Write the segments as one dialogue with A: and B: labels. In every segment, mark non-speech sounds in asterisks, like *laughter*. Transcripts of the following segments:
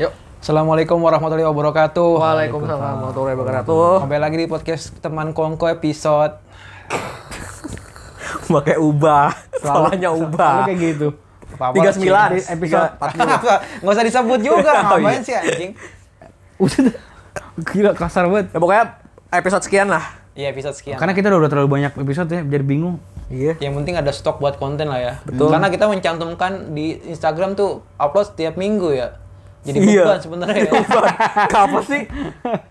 A: Assalamualaikum warahmatullahi wabarakatuh.
B: Waalaikumsalam warahmatullahi wabarakatuh.
A: Kembali lagi di podcast teman Kongko episode.
B: Pakai ubah. Salahnya
C: Selalu
B: ubah.
C: kayak gitu.
A: Apa-apa,
B: 39
C: Cing. Episode
A: Eh, *laughs* Nggak usah disebut juga,
B: Oh,
A: ngapain
B: iya.
A: sih anjing?
C: Udah. *laughs* Gila kasar banget.
B: Ya pokoknya episode sekian lah.
A: Iya episode sekian.
C: Karena kita udah terlalu banyak episode ya, jadi bingung.
B: Iya.
A: yang penting ada stok buat konten lah ya. Betul. Karena kita mencantumkan di Instagram tuh upload setiap minggu ya. Jadi
B: Iya.
A: beban sebenarnya ya. *laughs*
B: Apa sih?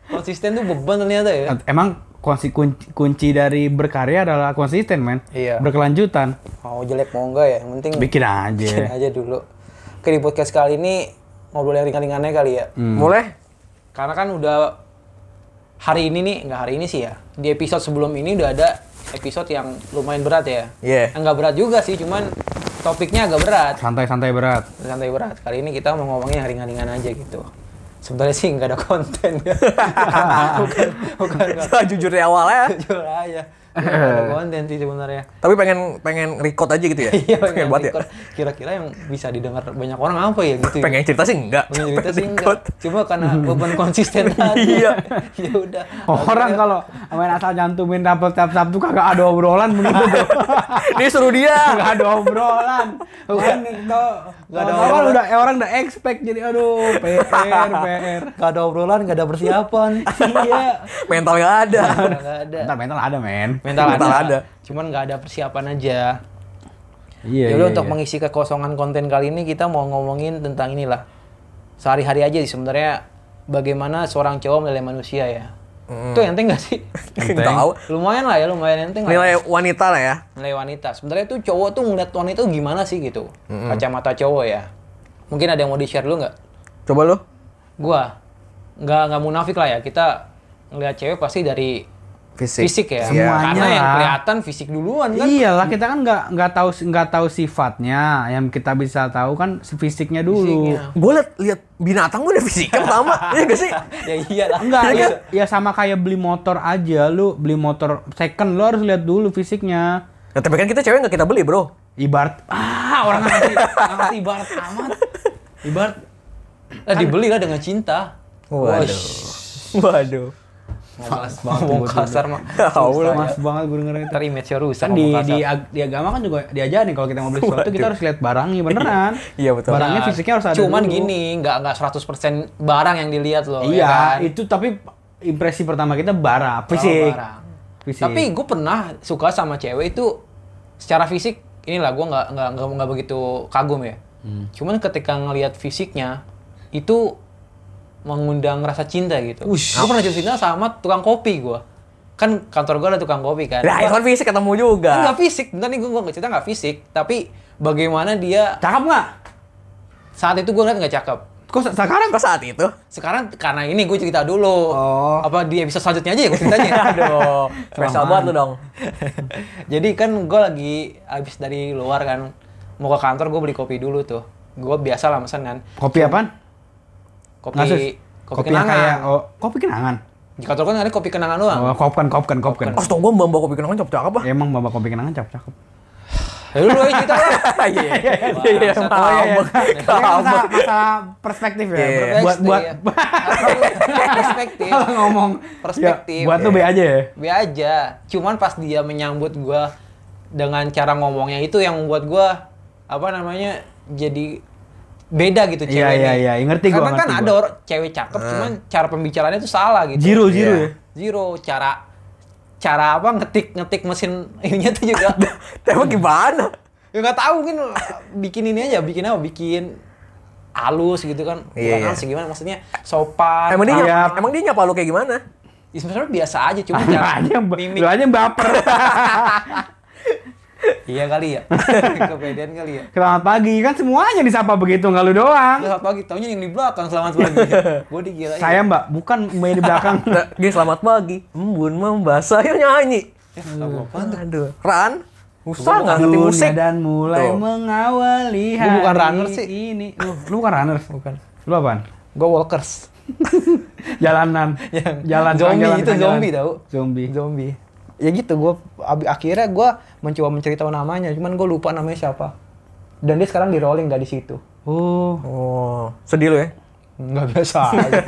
A: Konsisten tuh beban ternyata ya.
C: Emang kunci, kunci, kunci dari berkarya adalah konsisten, men.
A: Iya.
C: Berkelanjutan.
A: Mau jelek mau enggak ya, yang penting
C: Bikin
A: bikin
C: aja.
A: *laughs* aja dulu. Oke di podcast kali ini ngobrol yang ringan-ringannya kali ya.
C: Hmm.
B: Mulai?
A: Karena kan udah hari ini nih, nggak hari ini sih ya. Di episode sebelum ini udah ada episode yang lumayan berat ya.
B: Iya.
A: Enggak berat juga sih, cuman topiknya agak berat.
C: Santai-santai berat.
A: santai berat kali ini kita mau ngomongin yang ringan-ringan aja gitu sebenarnya sih nggak ada konten *laughs* ya bukan bukan nggak
B: Saya jujur di awalnya.
A: jujur aja nggak
B: *laughs*
A: ada konten sih sebenarnya *laughs*
B: Tapi pengen pengen record aja gitu ya.
A: iya
B: pengen
A: pengen
B: buat ya.
A: record. kira-kira yang bisa didengar banyak orang apa ya gitu ya
B: Pengen cerita sih enggak.
A: pengen cerita
B: *laughs*
A: sih
B: record.
A: enggak cuma karena beban konsisten aja
B: *laughs*
A: *laughs*
B: Iya.
A: ya udah
C: Orang kalau main asal nyantumin rapel tiap Sabtu kagak ada obrolan begitu tuh.
A: *laughs*
B: Ini suruh dia.
C: Kagak ada obrolan. Panik tuh.
A: Iya. Nggak ada
C: Awal
A: obrolan.
C: udah eh, orang udah expect jadi aduh PR PR.
A: nggak ada obrolan nggak ada persiapan iya
B: Mental enggak ada.
A: nggak ada
C: Ntar mental ada, men.
A: mental,
B: Mental
A: ada.
B: ada.
A: cuman nggak ada persiapan aja
C: Iya.
A: Jadi
C: iya,
A: Ya untuk
C: iya.
A: mengisi kekosongan konten kali ini kita mau ngomongin tentang inilah sehari-hari aja sih sebenarnya bagaimana seorang cowok menilai manusia ya. Itu enteng gak *laughs* sih?
B: Enggak tahu.
A: lumayan lah ya, lumayan enteng lah. ya.
B: Nilai wanita lah ya.
A: Nilai wanita. Sebenarnya tuh cowok tuh ngeliat wanita tuh gimana sih gitu? Kacamata cowok ya. Mungkin ada yang mau di-share dulu nggak?
B: Coba lu.
A: Gua nggak nggak munafik lah ya. Kita ngeliat cewek pasti dari
B: Fisik.
A: fisik ya.
B: Iya.
C: Semuanya
A: Karena yang
C: lah.
A: kelihatan fisik duluan kan.
C: Iyalah kita kan nggak nggak tahu nggak tahu sifatnya. Yang kita bisa tahu kan fisiknya dulu.
A: Fisiknya.
B: Gue liat, liat binatang gue udah fisiknya pertama.
A: *laughs*
B: Iya gak sih?
A: ya iyalah. *laughs*
C: Enggak,
A: Iya.
C: ya, ya sama kayak beli motor aja. Lu beli motor second, lu harus lihat dulu fisiknya.
B: Nah, tapi kan kita cewek gak kita beli bro.
C: Ibarat
A: Ah, orang nggak ngerti, nggak ngerti ibarat amat. Ibarat lah dibeli lah dengan cinta.
B: Waduh. Waduh.
A: Mau balas ngomong kasar mah.
B: Allah.
A: Susah
C: mas
A: ya.
C: banget gue dengerin itu.
A: Ntar image-nya rusak
C: Kan di,
A: ngomong
C: di,
A: kasar.
C: ag- di agama kan juga diajarin kalau kita mau beli sesuatu kita
B: Waduh.
C: harus lihat barangnya
A: *laughs*
C: beneran.
B: Iya, betul.
C: Barangnya
A: Nah,
C: fisiknya harus ada
A: Cuman
C: dulu.
A: gini, nggak nggak 100% barang yang dilihat loh. ya
C: Iya,
A: kan? Oh,
C: itu tapi impresi pertama kita barang, fisik.
A: barang.
C: Fisik.
A: Tapi gue pernah suka sama cewek itu secara fisik inilah gue nggak nggak nggak nggak begitu kagum ya.
C: Hmm.
A: Cuman ketika ngelihat fisiknya itu mengundang rasa cinta gitu.
B: Ush.
A: Gue pernah jatuh cinta sama tukang kopi gue. Kan kantor gue ada tukang kopi kan.
C: iya,
B: Nah, itu kan fisik ketemu juga.
A: Enggak fisik, bentar nih gue nggak cerita nggak fisik, tapi bagaimana dia
C: cakep nggak?
A: saat itu gue ngeliat nggak cakep.
C: Kok se- sekarang
B: Kok saat itu?
A: Sekarang karena ini gue cerita dulu.
C: Oh.
A: Apa di episode selanjutnya aja ya gue ceritanya.
C: *laughs*
B: Aduh, spesial
C: Kelamaan.
B: banget lu dong.
A: *laughs* Jadi kan gue lagi abis dari luar kan mau ke kantor gue beli kopi dulu tuh. Gue biasa lah mesen kan.
C: kopi apaan?
A: Kopi
C: Nggak, Sus.
A: kopi,
C: yang
A: kenangan.
C: kayak oh, kopi kenangan.
A: Di kantor kan ada kopi kenangan doang.
C: Oh, kopkan kopkan kopkan. Oh,
B: Oh, setengah gua mbak mbak kopi kenangan cakep apa?
C: Emang bapak kopi kenangan cakep cakep.
A: Ya lu aja cerita lah.
B: *laughs* Iya, iya, iya, iya,
A: Bangsat.
B: paham,
A: Oh, iya, iya.
B: Bang.
A: Ini
B: Paham,
C: kan masalah,
B: Bang.
C: masalah perspektif ya.
B: Iya.
C: Ber- *laughs* Buat buat
A: Iya. Harus perspektif.
C: kalau *laughs* ngomong
A: Perspektif.
C: Ya, buat lu be aja ya.
A: Be aja. Cuman pas dia menyambut gua dengan cara ngomongnya itu yang membuat gua apa namanya jadi beda gitu
C: Iya,
A: cewek
C: iya,
A: ini.
C: iya. Ngerti gua,
A: Karena kan
C: ngerti
A: ada
C: gua.
A: orang cewek cakep cuman cara pembicaraannya itu salah gitu.
C: Jiru jiru
B: Iya.
C: ya.
A: Zero cara cara apa ngetik ngetik mesin ininya tuh juga
B: Emang gimana?
A: ya nggak tahu mungkin bikin ini aja bikin apa bikin halus gitu kan
B: Iya, iya.
A: bukan halus sih, gimana maksudnya sopan
B: Emang dia,
C: Iya.
B: emang dia nyapa lu kayak gimana?
A: Ya, sebenarnya biasa aja cuma
C: Lu
A: cara
C: aja yang ba-
A: mimik
C: lu aja yang
A: *laughs*
C: baper.
A: iya
B: *laughs*
A: kali ya kepedean kali ya
C: Selamat pagi kan semuanya disapa begitu nggak lu doang.
A: Terus satu lagi taunya yang di belakang selamat
B: *laughs*
A: pagi iya. gue digila
C: Saya Mbak, bukan Mbak yang di
A: *laughs*
C: belakang.
B: Nah, Gini, selamat pagi. Embun membasah, ayo nyanyi.
A: Eh,
B: Aduh. Ran, usah nggak ngerti musik.
C: Dunia dan mulai
B: Tuh.
C: mengawali
A: Gua
C: hari
A: bukan runner sih.
C: ini. Lu, lu bukan runner. Bukan. Lu apaan?
A: gue walkers
C: Jalanan.
A: Yang
C: Jalan
A: zombie,
C: jalan,
A: itu
C: jalan.
A: zombie tau.
C: Zombie.
A: zombie ya gitu gue akhirnya gue mencoba mencari tahu namanya cuman gue lupa namanya siapa dan dia sekarang di rolling gak di situ
C: Oh.
B: Oh, sedih lu ya?
A: Nggak biasa aja. *laughs*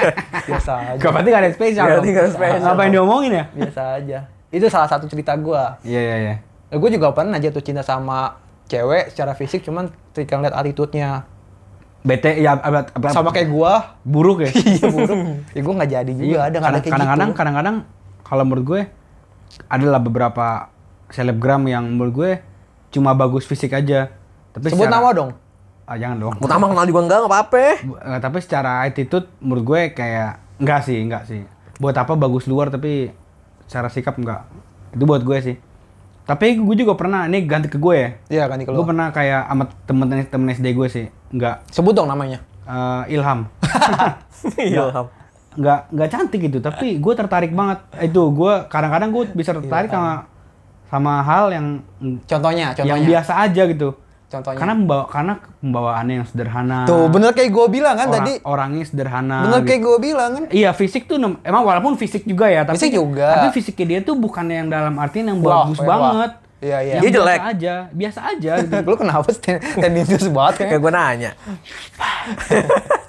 A: biasa aja.
C: Gak berarti gak ada yang spesial.
B: Berarti
C: dong.
B: gak ada spesial.
C: Apa yang diomongin ya?
A: Biasa aja. Itu salah satu cerita gua.
C: Iya iya iya.
A: Nah, gua juga pernah jatuh cinta sama cewek secara fisik cuman ketika ngeliat attitude-nya
C: Bete ya apa, apa-
A: sama kayak gua *laughs*
C: buruk ya.
A: iya buruk ya gua nggak jadi juga ada nggak ada
C: kadang-
A: kayak
C: Iya, kadang-kadang kan-
A: gitu.
C: kadang-kadang kalau menurut gue adalah beberapa selebgram yang menurut gue cuma bagus fisik aja. Tapi
A: sebut
C: secara-
A: nama dong
C: Ah, jangan dong.
B: Utama kenal juga enggak, enggak apa-apa. ya?
C: Bu- eh, tapi secara attitude menurut gue kayak enggak sih, enggak sih. Buat apa bagus luar tapi secara sikap enggak. Itu buat gue sih. Tapi gue juga pernah, ini ganti ke gue ya.
A: iya kan kalau
C: Gue pernah kayak sama temen-temen SD gue sih, enggak
A: sebut dong namanya *laughs*
C: eh, ilham.
B: Ilham.
C: nggak nggak cantik gitu tapi gue tertarik banget itu gue kadang-kadang gue
A: Iya,
C: bisa tertarik sama sama hal yang
A: contohnya contohnya
C: yang biasa aja gitu
A: contohnya
C: karena membawa karena pembawaannya yang sederhana
A: tuh bener kayak gua bilang kan
C: ora-
A: tadi
C: orangnya sederhana
A: bener
C: gitu.
A: kayak gua bilang kan
C: iya fisik tuh nem- emang walaupun fisik juga ya tapi
A: Fisik juga.
C: tapi fisiknya dia tuh bukan yang dalam artian yang
A: Wah,
C: bagus
A: wah.
C: banget
A: Iya, iya.
C: Yang
B: Dia jelek.
C: biasa aja biasa aja gitu.
A: *laughs* lu kenapa sih ten- tendensius banget kan
C: Iya.
B: Kayak gue nanya.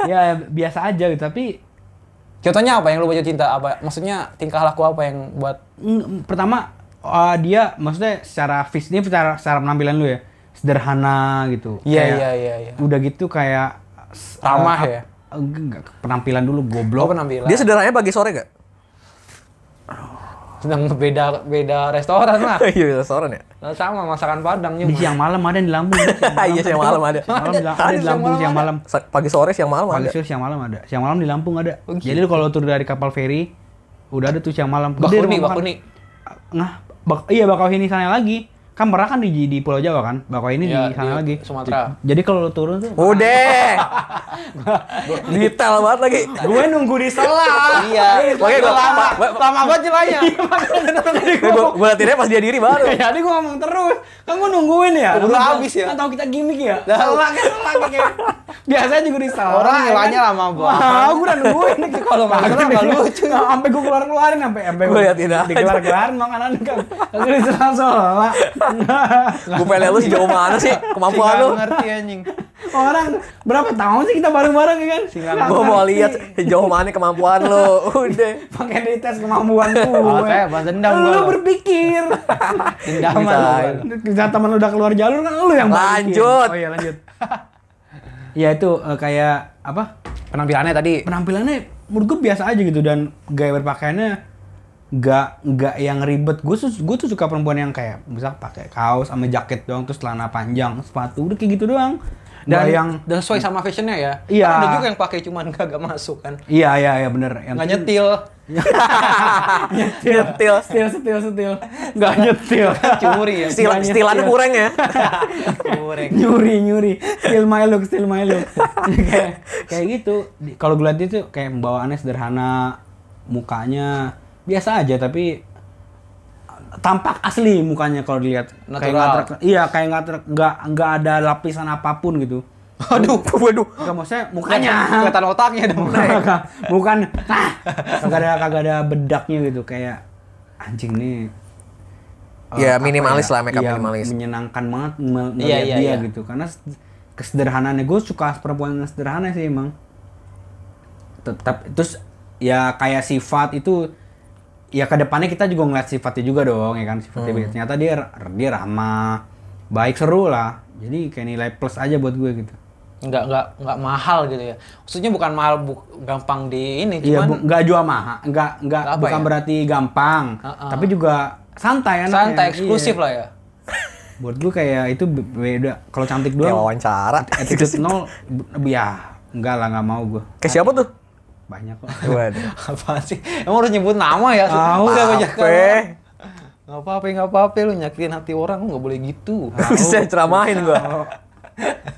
C: ya biasa aja gitu tapi
A: contohnya apa yang lu baca cinta apa maksudnya tingkah laku apa yang buat
C: Mm, pertama uh, dia maksudnya secara fis ini secara, secara penampilan lu ya sederhana gitu.
A: Iya,
C: Kayak
A: iya, iya, iya.
C: Udah gitu kayak s-
A: Ramah
C: uh,
A: ya?
C: ap- Enggak, penampilan
A: lu
C: dulu goblok.
A: penampilan
B: Dia sederhananya pagi sore gak?
A: sedang beda beda restoran lah
B: *laughs* Iya, restoran ya.
A: Nah, sama masakan Padang
C: Di
A: juga.
C: siang malam ada yang di
A: *laughs*
C: Lampung. Siang malam.
B: Iya, siang malam ada.
C: Siang malam di,
A: Ada,
C: Lampung, ada di
A: siang
C: Lampung
A: malam
C: siang
A: ada.
C: malam.
B: Sa- Pagi sore siang
A: Oh,
B: malam ada.
C: Pagi sore siang malam ada. Siang malam di Lampung ada.
A: gitu.
C: Jadi lu kalau tur dari kapal feri udah ada tuh siang malam. Gede
A: Bakuni,
C: rumah makan.
A: bakuni.
C: Nah, bak iya bakau ini sana lagi. Kan Merak kan di, di Pulau Jawa kan? Bakau ini
A: Iya,
C: di
A: di
C: sana lagi.
A: Sumatera.
C: Jadi kalau lu turun tuh *laughs*
B: Udah. Detail banget lagi.
C: gue nunggu di sela
B: Iya. Makanya gue lama.
A: Lama banget *laughs*
C: ya?
A: jelanya.
C: *laughs*
B: Gue latihannya pas dia diri baru.
C: Iya, jadi gue ngomong terus kan gue nungguin ya
A: Keburu
C: Kan-
A: habis ya?
C: kan tau kita gimmick ya
A: Dah.
C: Sela, kan, sela, kayak biasanya juga di sela
A: Orang
C: ya kan?
A: elanya lama banget.
C: Wah, gue udah nungguin
B: *laughs*
A: Itu kalau makan nggak lucu.
C: sampai gue keluar keluarin sampai sampai
B: Gua liatin aja.
C: dikeluar keluarin makanan kan lalu di sela sela
B: Gue pengen liat lu sejauh mana sih kemampuan
A: Sih,
B: lu.
C: Iya,
A: nggak ngerti anjing.
C: orang berapa tahun sih kita bareng bareng ya kan
B: Gue mau lihat sejauh mana kemampuan lu. Udah.
C: pakai dites kemampuan gue
B: ya?
A: Makanya balas dendam gua.
C: lu berpikir
A: Dendaman.
B: Bisa
A: lu.
B: aja.
C: Kita teman udah keluar jalur kan lu yang balikin.
B: Lanjut.
C: Oh iya lanjut. ya itu eh, kayak apa?
A: Penampilannya tadi
C: Penampilannya menurut gue biasa aja gitu dan gaya berpakaiannya nggak nggak yang ribet. Gue tuh gue tuh suka perempuan yang kayak misal pakai kaos sama jaket doang terus celana panjang, sepatu udah kayak gitu doang. Dan
A: dan
C: yang
A: dan sesuai sama fashionnya ya.
C: Iya.
A: Kan ada juga yang pakai cuman kagak masuk kan.
C: Iya iya iya bener yang
A: Nggak nyetil.
B: Nyetil.
C: Setil setil setil. *laughs* Nggak nyetil.
A: Curi ya.
B: Stil,
C: iya. Banyak
B: stilannya
C: stil.
B: kurang
C: *laughs*
B: ya.
A: Goreng.
C: nyuri nyuri still my look still my look kayak kayak gitu Di- kalau gue lihat itu kayak pembawaannya sederhana mukanya biasa aja tapi tampak asli mukanya kalau dilihat kayak
A: Natural.
C: nggak ter- iya kayak nggak ter- nggak nggak ada lapisan apapun gitu
B: Aduh, waduh.
C: nggak maksudnya mukanya
A: Hanya kelihatan otaknya
C: *laughs*
A: dong.
C: Bukan- bukan nah kagak ada kagak ada bedaknya gitu kayak anjing nih eh,
B: Ya,
C: apa Iya,
B: minimalis lah, makeup minimalis.
C: menyenangkan banget mel-
A: Iya,
C: ngeliat
A: iya,
C: dia
A: iya.
C: gitu karena s- kesederhanaannya gue suka perempuan yang sederhana sih emang tetap terus ya kayak sifat itu ya kedepannya kita juga ngeliat sifatnya juga dong ya kan sifatnya
A: Hmm.
C: ternyata dia dia ramah baik seru lah jadi kayak nilai plus aja buat gue gitu
A: Nggak nggak nggak mahal gitu ya. Maksudnya bukan mahal bu- gampang di ini
C: Iya,
A: Eh, cuman
C: bu, nggak jual mahal, nggak nggak
A: Nggak apa
C: bukan
A: ya?
C: berarti gampang,
A: Uh-uh.
C: tapi juga santai anaknya.
A: santai eksklusif
C: Iya.
A: lah ya. *laughs*
C: Buat gue kayak itu be- beda. Kalau cantik
B: Kayak
C: doang,
B: wawancara.
C: attitude nol, b- ya nggak lah nggak mau gue.
B: Kayak siapa tuh?
C: Banyak kok.
B: *laughs* Waduh.
A: Apa sih? Emang harus nyebut nama ya?
C: Tahu.
A: Udah banyak orang.
B: Apa?
A: Nggak apa-apa, nggak apa-apa. Lu nyakitin hati orang, lu nggak boleh gitu.
B: Bisa ceramahin gua.
C: *laughs*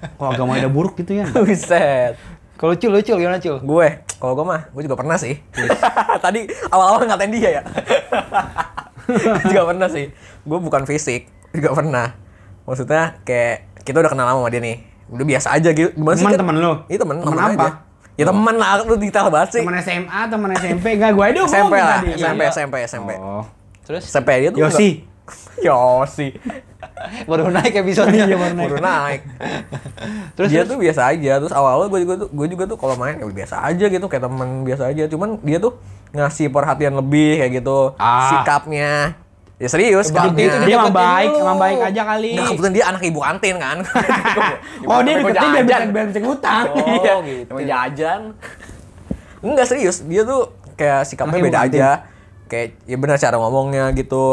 C: Kok agama ada buruk gitu
B: *laughs*
C: ya?
B: Buset.
A: Kalau cul, lu cul, gimana cul?
B: Gue, kalau gue mah, gue juga pernah
C: *laughs*
B: sih. Tadi awal-awal ngatain dia ya. juga pernah sih. Gue bukan fisik, juga pernah. Maksudnya kayak kita udah kenal lama sama dia nih. Udah biasa aja gitu. Gimana sih?
C: Teman,
B: kan?
C: teman lu?
B: Iya temen,
C: Teman
B: temen
C: apa?
B: aja. Ya temen lah, lu detail banget sih.
C: Teman SMA, teman SMP, nggak gue itu
B: SMP lah,
C: tadi.
B: SMP,
A: Iya.
B: SMP, SMP.
C: Oh.
A: Terus?
B: SMP dia tuh
C: Yosi.
B: enggak- *laughs* Yosi.
A: baru naik episode-nya.
C: Iya, baru
B: Baru naik.
A: Terus,
B: dia
A: terus?
B: tuh biasa aja. Terus awal-awal gue juga tuh, gue juga tuh kalau main ya biasa aja gitu kayak temen biasa aja. Cuman dia tuh ngasih perhatian lebih kayak gitu.
C: Ah.
B: Sikapnya. Ya serius,
A: Berarti
B: sikapnya.
A: itu
C: dia emang
A: deketin
C: baik,
A: lu.
C: emang baik aja kali.
B: Nah, kebetulan dia anak ibu kantin
C: *laughs*
B: kan.
C: Oh, dia deketin biar bisa, biar bisa ngutang. *laughs*
B: *laughs*
C: Iya.
B: gitu. jajan. Enggak serius, dia tuh kayak sikapnya
C: Anak ibu
B: beda
C: kantin.
B: aja. Kayak ya benar cara ngomongnya gitu.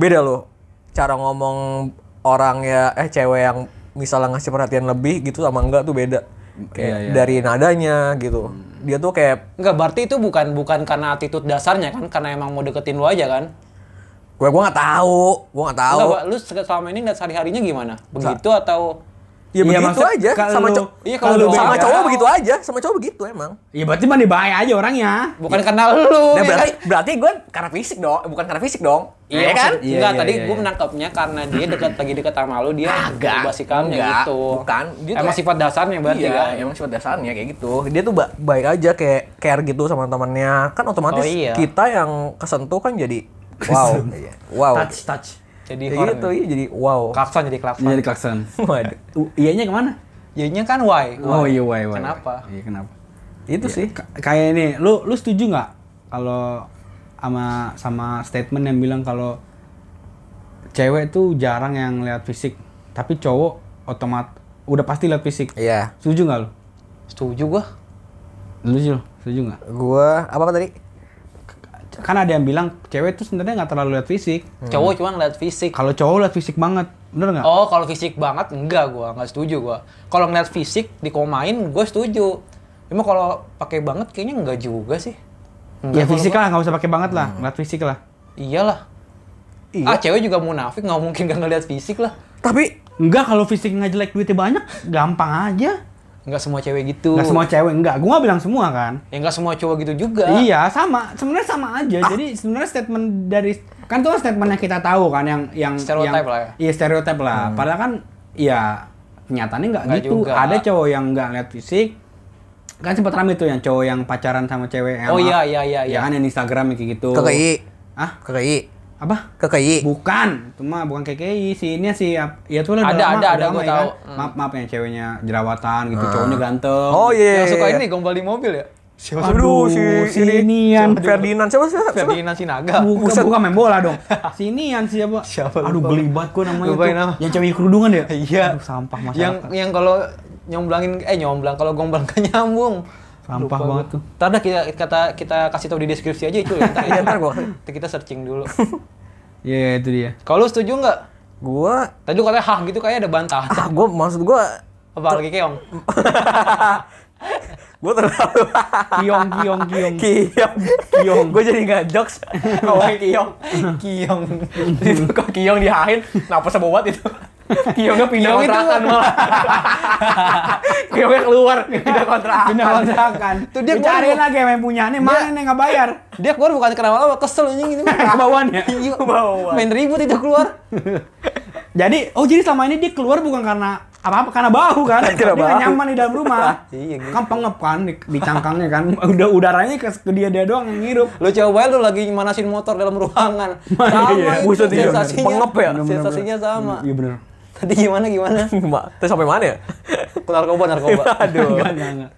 B: Beda loh. Cara ngomong orang ya eh cewek yang misalnya ngasih perhatian lebih gitu sama enggak tuh beda. Kayak
C: Iya, iya.
B: dari nadanya gitu. Dia tuh kayak
A: Enggak, berarti itu bukan bukan karena attitude dasarnya kan, karena emang mau deketin lu aja kan.
B: gue gua nggak tahu, gua nggak tahu.
A: Enggak, Pak, lu se- selama ini ngeliat sehari-harinya gimana? Begitu atau
B: Ya begitu
C: maksud-
B: aja
C: kalau
B: sama
C: lu-
B: cowok.
A: Iya, kalau lu
B: Sama
A: beda.
B: cowok begitu aja, sama cowok begitu emang.
C: Ya berarti mah baik aja orangnya.
A: bukan karena lu?
B: Nah,
A: ya
B: berarti
A: kan?
B: berarti gue karena fisik dong, bukan karena fisik dong.
A: Iya kan?
C: Iya,
A: enggak,
C: iya,
A: tadi
C: iya,
A: gue
C: iya.
A: menangkapnya karena dia dekat lagi dekat sama lu dia
B: Kagak.
A: berubah sikapnya
B: Enggak,
A: gitu.
B: bukan. Dia tuh
A: emang
B: kayak-
A: sifat dasarnya berarti
B: iya,
A: kan.
B: emang sifat dasarnya kayak gitu. Dia tuh ba- baik aja kayak care gitu sama temannya. Kan
A: Oh,
B: otomatis
A: iya.
B: kita yang kesentuh kan jadi wow. Iya. wow.
C: Touch, touch.
A: Jadi
B: Kayak
A: horn.
B: gitu, iya jadi wow.
A: Klakson jadi klakson.
C: Jadi klakson.
B: *laughs* Waduh.
C: U- Iyanya kemana?
A: Jadinya kan why?
C: Oh iya, why, why, why.
A: Kenapa?
C: Iya, kenapa? Iya,
B: Itu sih.
C: Ka- Kayak ini, lu lu setuju nggak kalau sama sama statement yang bilang kalau cewek tuh jarang yang lihat fisik, tapi cowok otomat udah pasti lihat fisik.
B: Iya.
C: Setuju nggak lu?
A: Setuju gua.
C: Lu Jul, setuju nggak?
B: Gua apa apa tadi?
C: Kan ada yang bilang cewek tuh sebenarnya nggak terlalu lihat fisik.
A: Cowok cuma ngeliat fisik.
C: Kalau cowok lihat fisik banget, bener nggak?
A: Oh, kalau fisik banget enggak gua, enggak setuju gua. Kalau ngeliat fisik dikomain gua setuju. Cuma kalau pakai banget kayaknya enggak juga sih.
C: ya
A: Enggak kalau
C: fisik
A: gua.
C: lah, nggak usah pakai banget lah, lihat fisik lah.
A: Iyalah.
B: Iya.
A: Ah, cewek juga munafik, nggak mungkin gak ngeliat fisik lah.
B: Tapi
C: Enggak, kalau fisik nggak jelek duitnya banyak, gampang aja.
A: Enggak semua cewek gitu.
C: Nggak semua cewek, enggak. Gua nggak bilang semua kan.
A: Ya enggak semua cowok gitu juga.
C: Iya, sama. Sebenarnya sama aja.
A: Ah.
C: Jadi sebenarnya statement dari kan itu kan statement yang kita tahu kan yang yang
A: Stereotype
C: yang-
A: lah ya.
C: Iya, stereotip lah. Padahal kan ya nyatanya nggak
A: Nggak
C: gitu.
A: juga.
C: Ada cowok yang nggak lihat fisik. Kan sempat rame tuh yang cowok yang pacaran sama cewek
A: Oh
C: yang
A: iya iya iya
C: Ya
A: iya.
C: kan yang Instagram kayak gitu.
B: KKI,
C: Ah,
B: KKI,
C: apa?
B: KKI.
C: Bukan, cuma bukan KKI si ini si ap- ya tuh lah
A: Ada, ada, ada,
C: lama
A: gua
C: ya
A: tahu.
C: kan?
A: Hmm.
C: Maaf maaf yang ceweknya jerawatan gitu, cowoknya ganteng.
B: Oh iya.
A: Yang suka ini gombal di mobil ya?
B: Siapa
C: Aduh,
B: si,
C: si
B: ini.
C: inian.
B: Ferdinand siapa sih?
C: Iya.
A: Ferdinand Sinaga.
C: Bukan, bukan main bola dong. Sini yang siapa?
A: Siapa
C: Aduh
A: lupa.
C: geli banget gue namanya
A: Lupain
C: tuh.
A: nama.
C: Yang cewek kerudungan ya?
A: Iya.
C: Aduh, sampah
A: Yang
C: masyarakat.
A: yang kalau nyomblangin eh nyomblang kalau gombal gak nyambung.
C: Sampah
A: gua.
C: banget tuh.
A: Ntar dah kita kita kita kasih tahu di deskripsi aja itu ya. Ntar,
C: *laughs*
B: Iya, ntar gua-
A: Ntar kita searching dulu.
C: Iya, itu dia.
A: Kalau lu setuju nggak?
B: Gua
A: Tadi lu katanya hah gitu kayak ada bantahan.
B: ah gua maksud gua
A: Apalagi keong.
B: gua terlalu
C: Kiong, kiong, kiong.
B: Kiong.
C: Kiong.
B: Gue jadi nggak jokes ngomongin Kiong.
A: Kiong.
B: itu kok Kiong dihain, napas sama banget itu. Kiongnya pindah
A: Kiong itu-
B: kontrakan malah. Kiongnya keluar, *laughs*
C: *laughs*
B: pindah kontrakan.
C: Pindah kontrakan.
A: Tuh dia
C: cariin
A: gua-
C: lagi yang main punya. Nih mana nih nggak bayar?
A: Dia keluar bukan karena apa, kesel anjing
C: *laughs*
A: gitu.
C: Kebawaan ya?
A: Iya,
B: Kebawaan.
A: Main ribut itu keluar.
C: Jadi, oh jadi selama ini dia keluar bukan karena apa-apa, karena bau kan?
B: Karena
C: dia nggak
B: bau.
C: nyaman di dalam
A: *laughs*
C: rumah.
A: Iya, gitu.
C: Kan pengep kan di, di cangkangnya kan. Udah udaranya ke, ke dia dia doang yang ngirup.
A: Lu coba lu lagi manasin motor dalam ruangan. *laughs* Sama
C: Iya,
A: itu
B: buset, iya.
A: sensasinya.
B: Pengep ya?
C: Bener-bener.
A: Sensasinya sama.
C: Iya bener.
A: Tadi gimana gimana?
B: Ma, Terus sampai mana ya?
A: Ke narkoba *laughs* narkoba.
B: Aduh.
C: Enggak, enggak, enggak.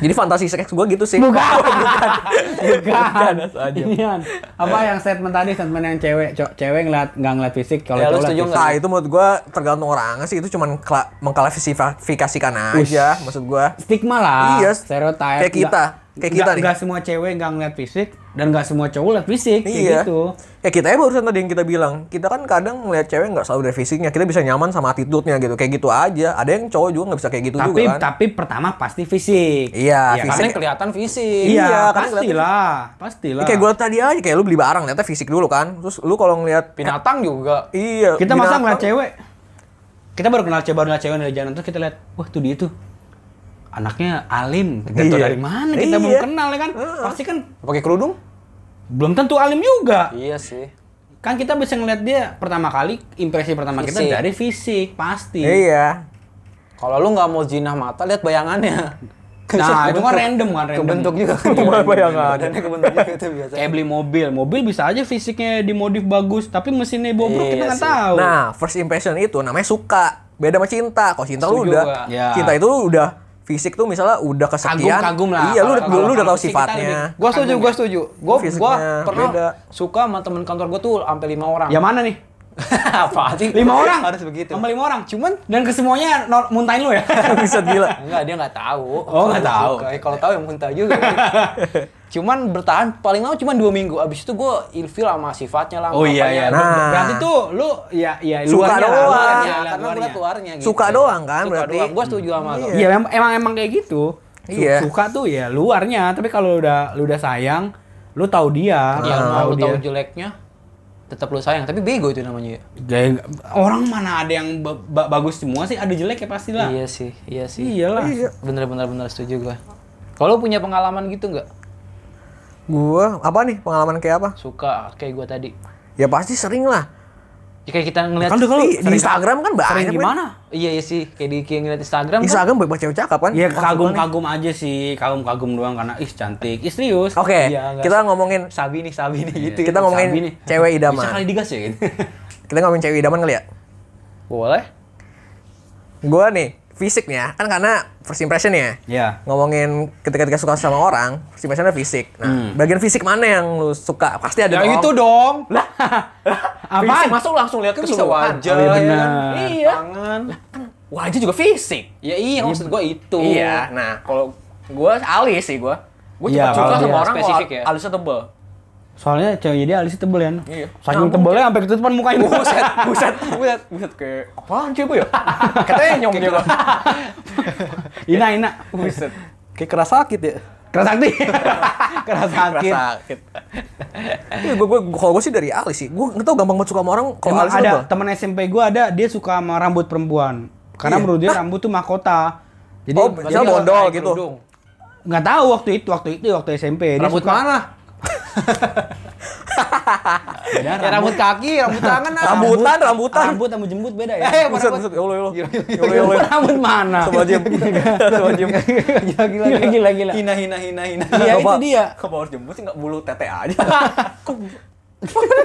B: Jadi fantasi seks gue gitu sih.
C: Bukan.
B: *laughs* Bukan,
C: Bukan.
B: aja.
C: Inian. kan, Apa yang statement tadi statement yang cewek co- cewek ngeliat nggak ngeliat fisik kalau
A: Ya, lu setuju
C: cowok liat fisik.
A: nggak?
B: Nah itu menurut gue tergantung orangnya sih. Itu cuman kla- mengklasifikasikan aja. Maksud gue.
C: stigma lah.
B: Iya,
C: Stereotype.
B: kayak kita. Kayak kita nih.
C: Gak semua cewek nggak ngeliat fisik dan nggak semua cowok liat fisik kayak
B: Iya.
C: gitu.
B: Ya kita ya barusan tadi yang kita bilang, kita kan kadang melihat cewek nggak selalu dari fisiknya, kita bisa nyaman sama attitude-nya gitu, kayak gitu aja. Ada yang cowok juga nggak bisa kayak gitu
C: Tapi
B: juga kan.
C: tapi pertama pasti fisik.
B: Iya,
A: Karena
B: fisik.
A: yang kelihatan fisik. kan
C: Iya,
B: Iya, karena
C: pastilah, pastilah.
B: Ya, kayak gue tadi aja, kayak lu beli barang, ternyata fisik dulu kan. Terus lu kalau ngelihat
A: Binatang juga.
B: iya.
C: kita masa
B: binatang-
C: ngeliat cewek kita baru kenal cewek baru kenal cewek dari jalan terus kita lihat wah tuh dia tuh anaknya alim kita tahu
B: Iya.
C: dari mana kita
B: Iya.
C: belum kenal ya kan pasti kan
A: Pakai kerudung?
C: belum tentu alim juga
A: Iya sih.
C: kan kita bisa ngeliat dia pertama kali impresi pertama kita
A: Fisik.
C: dari fisik pasti
B: Iya.
A: Kalau lu nggak mau jinah mata, lihat bayangannya.
C: Nah, itu kan
A: Kebentuk-
C: random kan random.
A: Kebentuk juga.
B: Cuma bayangan.
A: Iya, Badannya kebentuk juga itu biasa.
C: Kayak beli mobil, mobil bisa aja fisiknya dimodif bagus, tapi mesinnya bobrok
A: Iya
C: kita nggak
A: sih.
C: tahu.
B: Nah, first impression itu namanya suka. Beda sama cinta. Kalau cinta
A: Setuju
B: lu udah
A: gua.
C: Ya.
B: cinta itu lu udah fisik tuh misalnya udah kesekian.
C: Kagum-kagum lah.
B: Iya, lu, lu, lu
C: Kalau- kalau-
B: udah tahu
C: kalau fisik kita
B: sifatnya.
A: Gua setuju, gua setuju. Gua gua
B: Fisiknya
A: pernah
B: beda.
A: suka sama temen kantor gua tuh sampai lima orang.
C: Ya mana nih?
A: *laughs* Apa sih?
C: Lima orang.
A: Harus begitu.
C: Sama lima orang. Cuman dan kesemuanya nor- muntahin lu ya.
B: *laughs* Bisa gila.
A: Enggak, dia nggak tahu.
C: Oh, nggak
A: Suka.
C: tahu.
A: Ya, Kalau tahu yang muntah
C: *laughs*
A: juga. cuman bertahan paling lama cuman dua minggu. Abis itu gue ilfil sama sifatnya lah.
C: Oh
A: sama
C: iya iya.
A: apanya.
B: Nah.
C: Berarti tuh lu ya ya
B: Suka
C: luarnya lah,
B: doang.
C: luarnya lah,
A: karena gue
C: Iya, luarnya.
A: liat luarnya gitu.
B: Suka doang kan,
A: Suka
B: berarti?
A: doang. Gue setuju sama lo.
C: Iya em- emang emang kayak gitu. Su-
B: Iya.
C: Suka tuh ya luarnya, tapi kalau lu udah lu udah sayang, lu tahu Ah, dia,
A: Iya,
C: lu
A: mau tahu jeleknya tetap lu sayang, tapi bego itu namanya ya.
C: Gaya- orang mana ada yang ba- ba- bagus semua sih, ada jelek ya pastilah.
A: Iya sih, iya sih.
C: Iyalah.
A: Bener-bener bener setuju gue. Kalau lu punya pengalaman gitu nggak?
B: Gua apa nih pengalaman kayak apa?
A: Suka kayak gue tadi.
B: Ya pasti sering lah.
A: Ya, Kayak kita ngeliat
C: Kan udah kalau
B: Di, di Instagram kan banyak.
C: Sering
B: men.
C: gimana?
A: Iya iya sih, kayak di kayak ngeliat Instagram kan.
B: Instagram banyak cewek cakep kan?
C: Ya
B: Masuk kan
C: kagum-kagum aja sih, kagum-kagum doang karena ih cantik, ih serius.
B: nih. Oke,
A: Iya, nggak
B: kita ngomongin
A: Sabi nih, Sabi nih gitu.
B: kita ngomongin
C: Sabi nih.
B: cewek
C: Bisa
B: idaman.
C: kali digas ya *laughs* gitu.
B: Kita ngomongin cewek idaman kali ya.
A: Boleh.
B: Gua nih fisiknya kan karena first impression ya.
C: ya.
B: Ngomongin ketika kita suka sama orang, first impressionnya fisik. Nah, bagian fisik mana yang lu suka? Pasti ada
C: Ya
B: dong.
C: Hmm. itu dong. *laughs* Lah.
A: Fisik
C: Apaan?
A: masuk langsung lihat kan bisa
B: Keseluruhan.
A: wajah,
C: Oh, iya
A: ya kan?
C: benar.
A: iya. tangan.
B: Wajah juga fisik.
A: Ya iya maksud gua itu.
B: Iya. Nah, kalau gua alis sih gua. Gua
C: Iya,
B: cepat
C: kalau
B: suka
C: dia
B: sama orang
A: spesifik
B: spesifik
A: ya.
B: ya. Alisnya tebel.
C: Soalnya ceweknya dia alisnya tebel ya.
B: Iya.
C: Saking tebelnya sampai ketutupan *laughs* mukanya.
B: Buset, buset, buset, buset kayak apaan cuy Bu, ya? Katanya nyong juga.
C: Ina Ina.
B: *laughs* Buset.
A: Kayak kerasa sakit ya.
C: Kerasakti. *laughs* Kerasakti.
B: sakit. Iya, gue gue kalau gue sih dari alis sih. Gue nggak tau gampang banget suka sama orang kalau
C: Emang
B: alis
C: ada
B: ada.
C: teman SMP gua ada dia suka sama rambut perempuan. Karena
B: Iya.
C: menurut dia rambut tuh mahkota. Jadi
B: Oh,
C: jadi
B: Misalnya
A: Jadi
B: bondol
A: kalau naik
B: gitu.
A: kerudung.
C: nggak tahu waktu itu waktu itu waktu SMP dia
A: Rambut
C: suka-
A: mana?
C: Beda
A: Ya rambut kaki, rambut tangan ah.
B: *laughs*
A: lah.
B: Rambutan, rambutan.
C: Rambut sama jembut beda ya.
A: Eh,
B: Buset,
A: rambut.
B: buset. Ya Allah, ya Allah. Ya Allah, ya Allah.
C: Rambut mana?
B: Sama Jim. Sama Jim.
C: Gila gila gila gila.
A: Hina hina hina hina.
C: Iya itu
B: Bapak.
C: dia.
B: Ke bawah jemput sih nggak bulu tete aja. Kok-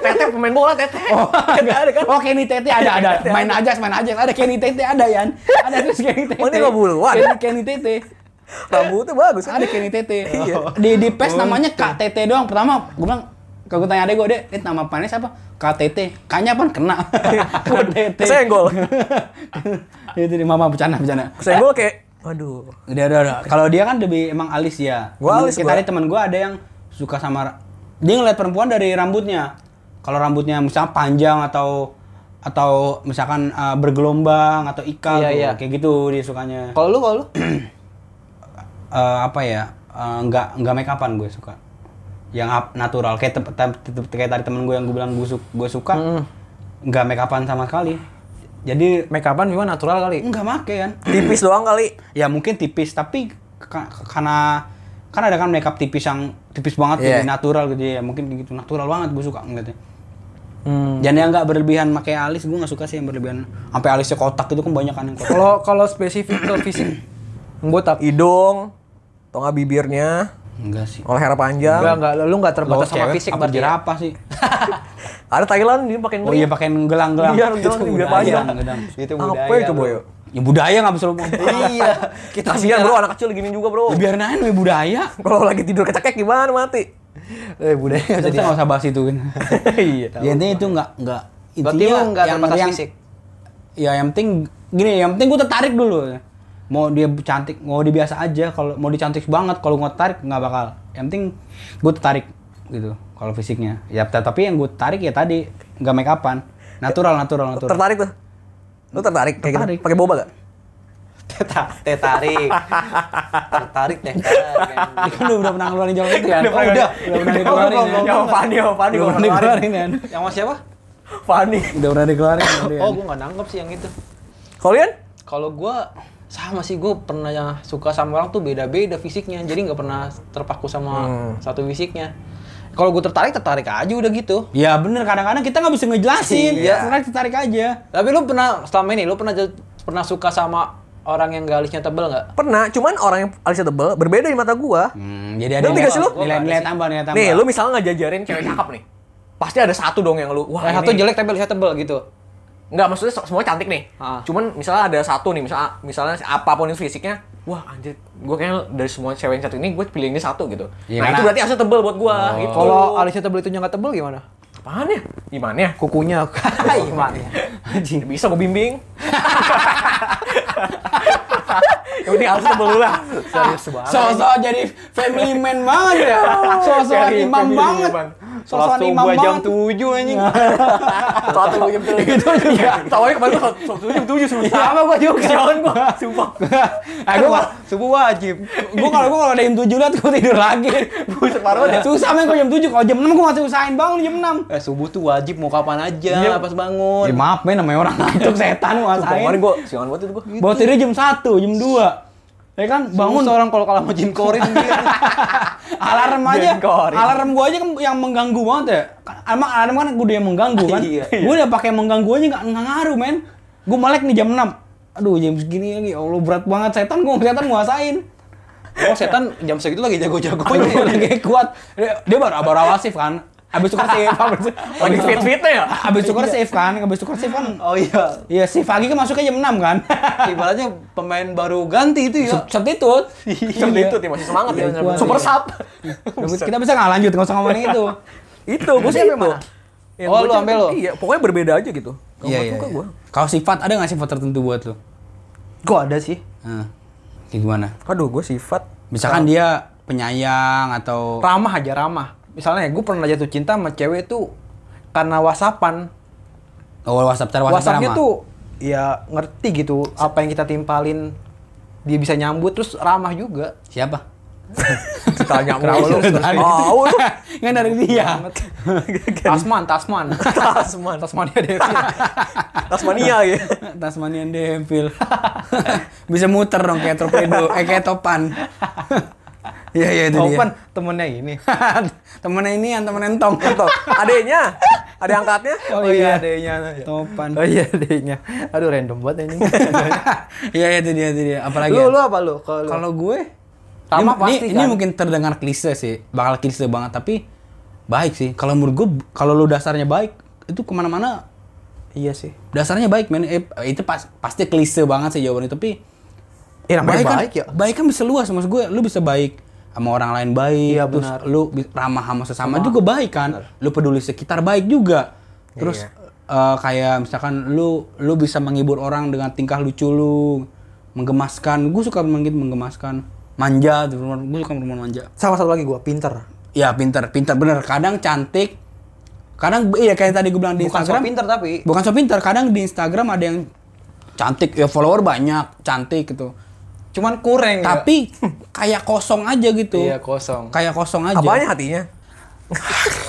B: tete pemain bola tete. Tete ada kan?
C: Oh Kenny Tete ada ada main aja main aja ada Kenny Tete ada Yan ada terus Kenny Tete
B: Oh, ini nggak buluan.
C: Kenny, Kenny Tete
B: Rambutnya bagus kan?
C: ada Kenny Tete
B: *laughs* Iya.
C: di di pes namanya Kak Tete doang pertama gue bilang kalau gue tanya adek gue dek "Dit, nama pannya siapa Kak Tete kayaknya apaan kena *laughs* Kak Tete
B: Kesenggol.
C: *laughs* itu di mama bercanda bercanda
B: Kesenggol kayak waduh.
C: Udah, udah, udah. Kalau dia kan lebih emang alis ya.
B: Gua
C: Temen-
B: alis,
C: Kita
B: gua.
C: ada teman gua ada yang suka sama ra- dia ngeliat perempuan dari rambutnya. Kalau rambutnya misalnya panjang atau atau misalkan uh, bergelombang atau ikal
A: Iya,
C: tuh.
A: iya.
C: kayak gitu dia sukanya.
A: Kalau lu kalau lu
C: Eh, apa ya? Eh, nggak nggak make upan gue suka. Yang up- natural kayak tep- tep- tep- kayak tadi temen gue yang gue bilang gue, su- gue suka
B: Hmm.
C: nggak make upan sama sekali. Jadi
A: make upan gimana natural kali.
C: nggak make kan.
B: Tipis doang kali.
C: ya mungkin tipis tapi ka- karena kan ada kan makeup tipis yang tipis banget
B: Iya.
C: jadi natural gitu ya mungkin gitu natural banget gue suka ngeliatnya
A: Hmm.
C: dan yang nggak berlebihan pakai alis gue nggak suka sih yang berlebihan sampai alisnya kotak itu kan banyak kan yang
A: *laughs*
C: kotak
A: Kalau kalau spesifik ke fisik gue tak
B: Hidung, tonga bibirnya,
C: enggak sih
B: oleh panjang.
A: enggak enggak lu enggak terbatas sama
C: cewek
A: fisik
C: apa
A: berarti. ya?
C: jerapah sih
B: *laughs* Ada Thailand dia pakai
C: oh iya pakai gelang-gelang
B: Iya, gelang
C: Itu
B: nih, biar
C: budaya,
B: panjang.
C: gelang.
A: Itu
B: Apa itu,
A: lu.
B: Boy?
C: ya budaya nggak bisa lu *laughs*
A: Iya.
B: Kita kasihan bro, anak kecil gini juga bro. *laughs*
C: Ya, biarin aja namanya budaya
B: Kalau lagi tidur kecekek gimana mati?
A: *laughs* Eh budaya
C: kita
A: jadi.
C: nggak usah bahas itu kan
B: *laughs* Iya.
C: ya intinya itu nggak nggak
A: Berarti lu nggak terbatas fisik?
C: ya yang penting gini yang penting gue tertarik dulu mau dia cantik mau dia biasa aja kalau mau dia cantik banget kalau gue tarik nggak bakal yang penting gue tertarik gitu kalau fisiknya ya t- tapi yang gue tarik ya tadi nggak make upan natural natural natural
B: Tertarik tuh? Lu tertarik kayak
C: Tertarik.
B: gitu? Pakai boba
A: *laughs*
B: gak?
A: Teta,
B: *laughs*
A: tetarik. Tertarik teh.
C: Ini *laughs* kan udah pernah ngeluarin jawab itu ya?
B: *laughs* Udah pernah-
C: udah,
B: udah
C: udah pernah
B: pernah
C: dikeluarin
B: ngomong,
C: ya?
B: ngomong. Fani, sama Fani,
C: Udah
B: ngomong
C: pernah
B: Fani.
C: dikeluarin kan?
A: Yang mas siapa?
B: Fani.
C: Udah pernah dikeluarin kan
B: Iya.
C: dia?
A: Oh, gue nggak nangkep sih yang itu.
B: Kalian?
A: Kalau gua sama sih gue pernah yang suka sama orang tuh beda-beda fisiknya, jadi nggak pernah terpaku sama satu fisiknya. Kalau gue tertarik tertarik aja udah gitu.
C: Ya bener, kadang-kadang kita nggak bisa ngejelasin.
A: Iya.
C: Tertarik, tertarik aja.
A: Tapi lu pernah selama ini lu pernah jat- pernah suka sama orang yang galisnya tebel nggak?
B: Pernah, cuman orang yang alisnya tebel berbeda di mata gua.
C: Hmm, jadi ada
B: Ngerti
C: nilai,
B: gak sih lu?
C: nilai, nilai tambah, nilai tambah.
B: Nih, lu misalnya ngajajarin cewek cakep nih. Pasti ada satu dong yang lu, wah
A: Yang satu
B: ini-
A: jelek tapi alisnya tebel gitu.
B: Enggak, maksudnya se- semua cantik nih.
A: Ah.
B: Cuman misalnya ada satu nih, misalnya misalnya apapun itu fisiknya, wah anjir, gue kayaknya dari semua cewek yang cantik ini gue pilih ini satu gitu.
C: Iya,
B: nah,
C: karena-
B: itu berarti harusnya tebel buat gue gitu.
A: Kalau alisnya tebel itu nggak tebel gimana? Iya,
B: apaan ya? Gimana ya?
A: *laughs* Kukunya. Gimana? Anjing.
B: Bisa gue bimbing. *laughs* yang penting harusnya tebel dulu lah. Serius banget.
C: Sosok jadi family man banget ya. Sosok
B: Cari
C: imam
B: family
C: banget.
B: man.
C: Sosok
A: Sholat
C: imam
A: subuh
C: banget.
A: jam 7
C: *laughs*
A: anjing.
B: Sholat subuh jam tujuh. Itu juga. Tahu kemarin gua sholat sholat subuh jam tujuh subuh. Sama gue juga. Jangan gue. Sumpah.
A: Eh gua subuh wajib.
C: Gue kalau gue kalau ada jam 7 lah gue tidur lagi.
B: Buset parah banget. ya.
C: Susah main gue jam 7, kalau jam 6 gue masih usahain bangun jam 6.
A: Eh subuh tuh wajib mau kapan aja
B: Iya.
A: pas bangun.
C: Ya maaf men namanya orang ngantuk setan mau
B: Sumpah, Kemarin
C: usahain.
B: gue siangan banget itu gue.
A: Gitu.
C: Bawa tidur jam 1, jam 2. Ya kan bangun
A: Bangun orang kalau kalah sama Jim Corin dia.
C: alarm aja
B: Jengkorin.
C: alarm gua aja kan yang mengganggu banget ya Kan, emang alarm kan gua udah yang mengganggu kan
A: Iya.
C: gua udah pakai mengganggu aja nggak nggak ngaruh men gua melek nih jam 6 aduh jam segini lagi ya Allah berat banget setan gua kelihatan nguasain
A: Oh setan jam segitu lagi
C: Aduh,
A: jago-jagonya.
C: lagi kuat dia, dia baru baru awal shift kan abis syukur
A: *laughs*
C: shift abis,
B: Lagi
C: abis,
B: fit fitnya ya.
C: abis
A: Iya.
C: syukur shift kan abis syukur shift kan
A: Oh iya.
C: Iya, shift pagi kan masuknya jam
A: *laughs*
C: 6 kan
A: Ibaratnya pemain baru ganti itu ya.
C: substitute
B: Seperti itu dia masih semangat
C: Iya,
B: ya.
C: gua-
B: Super
C: iya.
B: sub.
C: kita bisa nggak lanjut nggak usah ngomongin itu
B: itu gue sih itu. Yang
A: Iya, Oh,
B: gua
A: lu
B: cari-
A: ambil lu? Iya,
B: Iya, pokoknya berbeda aja gitu. Kalau buat suka gua.
C: kalau sifat ada nggak sifat tertentu buat lo
A: Kok ada sih?
C: Nah, kayak gimana?
B: Aduh, gue sifat
C: Misalkan dia penyayang atau
A: ramah aja ramah misalnya gue pernah jatuh cinta sama cewek tuh karena whatsappan
C: oh, WhatsApp cara WhatsApp gitu.
A: whatsappnya
C: sama.
A: tuh ya ngerti gitu apa yang kita timpalin dia bisa nyambut terus ramah juga
C: siapa?
B: ditanya
C: *laughs*
A: Kenapa lu?
B: mulu. Tahu lu.
C: Nggak dari dia.
A: Tasman Tasman *laughs*
B: Tasman.
A: Tasmania
C: *laughs*
A: dia
B: Tasmania ya.
C: *laughs* Tasmanian Devil. *laughs* Bisa muter dong kayak torpedo, eh kayak topan. *laughs* Iya iya itu
A: Open
C: dia.
A: temennya ini
C: *laughs* temennya ini yang temen entong.
B: Tuh, adeknya. Ada angkatnya.
C: Oh, iya.
A: adanya
C: *laughs* Topan. *laughs*
A: oh iya adanya aduh random banget ini
C: Iya iya itu dia itu dia. Apalagi
A: lu
C: ya?
A: lu apa lu kalau
C: kalau gue
A: Sama
C: ini,
A: pasti,
C: ini,
A: kan?
C: ini mungkin terdengar klise sih, bakal klise banget tapi baik sih. Kalau menurut gue, kalau lu dasarnya baik, itu kemana-mana
A: iya sih
C: dasarnya baik men Eh, itu pas, pasti klise banget sih jawabannya tapi
A: Eh, namanya
C: kan,
A: baik ya.
C: baik kan bisa luas maksud gue lu bisa baik sama orang lain baik
A: Iya,
C: terus
A: benar.
C: lu bi- ramah sama sesama juga baik kan lu peduli sekitar baik juga
A: Iya.
C: terus eh, kayak misalkan lu lu bisa menghibur orang dengan tingkah lucu lu menggemaskan gue suka mungkin menggemaskan manja tuh gue suka perempuan manja
A: sama satu lagi gue pinter
C: ya pinter pinter bener kadang cantik kadang iya kayak tadi gue bilang di
A: bukan
C: Instagram
A: soal pinter tapi
C: bukan so pintar kadang di Instagram ada yang cantik ya follower banyak cantik gitu
A: cuman kurang ya.
C: tapi kayak kosong aja gitu
A: iya kosong
C: kayak kosong
A: iya.
C: aja Iya,
B: Apanya hatinya?
A: *laughs*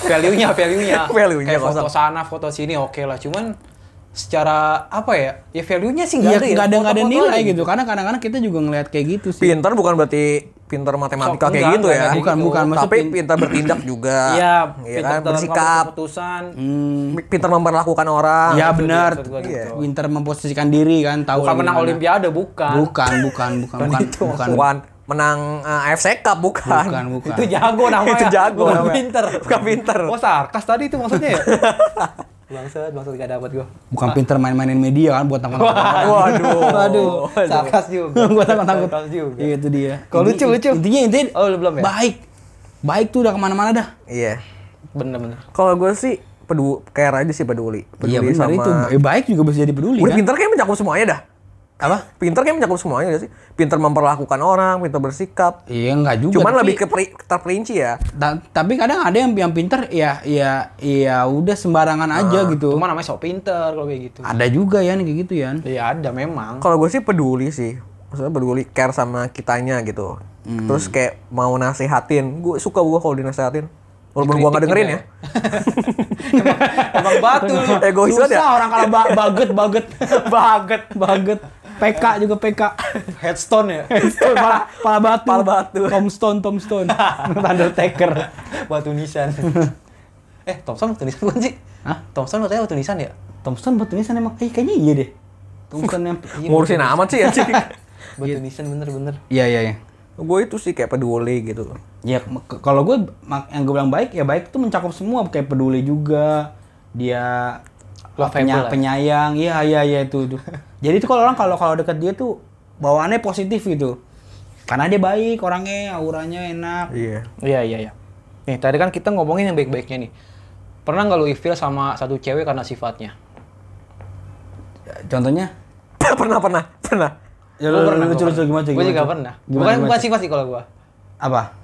A: value-nya value-nya
B: Value-nya
A: kayak foto
B: kosong.
A: sana foto sini oke lah cuman secara apa ya ya value-nya sih nggak
C: Iya,
A: ada ya.
C: nggak ada nggak ada
A: Foto-foto
C: nilai
A: aja
C: gitu karena kadang-kadang kita juga ngelihat kayak gitu sih
B: Pinter bukan berarti pinter matematika
A: Sok,
B: kayak
A: enggak,
B: gitu
A: enggak
B: ya.
A: kayak
C: Bukan, gitu. bukan, maksudnya
B: Tapi
C: pin-
B: pinter bertindak juga.
A: iya
B: Iya
A: pintar
B: kan,
A: dalam
B: bersikap,
A: ngambil keputusan
B: pinter memperlakukan orang.
C: ya
A: maksud
C: benar
A: gua- maksud gua gitu.
C: pinter memposisikan diri kan tahu
A: bukan
C: lagi
A: menang
C: mana.
A: olimpiade kan? bukan
C: bukan bukan bukan
B: Kan
C: bukan bukan
B: gitu. bukan menang eh, AFC Cup bukan.
C: bukan bukan
A: itu jago namanya
B: Itu jago
A: bukan
B: namanya.
A: pinter
B: Bukan pinter.
A: oh sarkas tadi itu maksudnya ya bangsat bangsat gak dapat gua
C: bukan pinter main-mainin media kan buat takut
B: Waduh.
A: waduh sarkas juga
C: gua takut-takut
A: sarkas juga
C: Iya, itu dia
A: Kalau
C: Ini-
A: lucu, lucu.
C: intinya intinya
A: Oh, lu belum ya?
C: baik baik tuh udah kemana-mana dah
B: Iya.
A: bener-bener
B: Kalau gue sih peduli care aja sih peduli. Peduli
C: Iya benar
B: sama
C: itu. Eh, baik juga bisa jadi peduli
B: Udah
C: kan?
B: pinter kayak mencakup semuanya dah.
C: Apa?
B: Pinter kayak mencakup semuanya gak sih? Pinter memperlakukan orang, pinter bersikap.
C: Iya enggak juga.
B: Cuman
C: tapi-
B: lebih ke peri- terperinci ya.
C: ta- tapi kadang ada yang yang pinter ya ya ya udah sembarangan aja gitu.
A: cuma namanya sok pinter kalau kayak gitu
C: Ada juga ya kayak gitu ya.
A: iya ada memang
B: Kalau gue sih peduli sih. Maksudnya peduli care sama kitanya gitu.
C: Hmm.
B: Terus kayak mau nasehatin. Gue suka gue kalau dinasehatin. Walaupun gue gak dengerin ya.
A: *laughs* emang batu lu.
B: Egois
C: Susah
B: banget ya.
C: *laughs* orang kalau ba- baget baget *laughs* baget baget. PK juga *laughs* PK.
A: headstone ya
C: Stone, pala, pala batu.
B: Pala batu.
C: Tombstone, *laughs* tombstone. Undertaker.
A: *laughs* batu nisan eh Thompson batu nisan bukan sih
C: Hah?
A: Thompson katanya batu nisan ya
C: Tombstone buat tulisan emang. Eh kayaknya iya deh. Tombstone yang
B: Ngurusin amat sih ya.
A: Batu nisan bener-bener.
C: *laughs* Iya iya iya.
B: Gue itu sih kayak peduli gitu.
C: Ya ke- kalau gue mak- yang gue bilang baik ya baik itu mencakup semua kayak peduli juga dia
A: Lovable
C: penya-
A: lah.
C: penyayang iya iya iya itu itu. Jadi itu kalau orang kalau kalau deket dia tuh bawaannya positif gitu. Karena dia baik orangnya, auranya enak.
B: Iya. *laughs*
A: Iya iya iya. Nih tadi kan kita ngomongin yang baik-baiknya nih. Pernah nggak lu ilfil sama satu cewek karena sifatnya?
C: Contohnya
B: pernah pernah pernah.
C: ya lu, pernah lucu lucu gimana kan Ah.
A: Gue juga pernah. bukan bukan sifat sih kalau gua.
C: apa?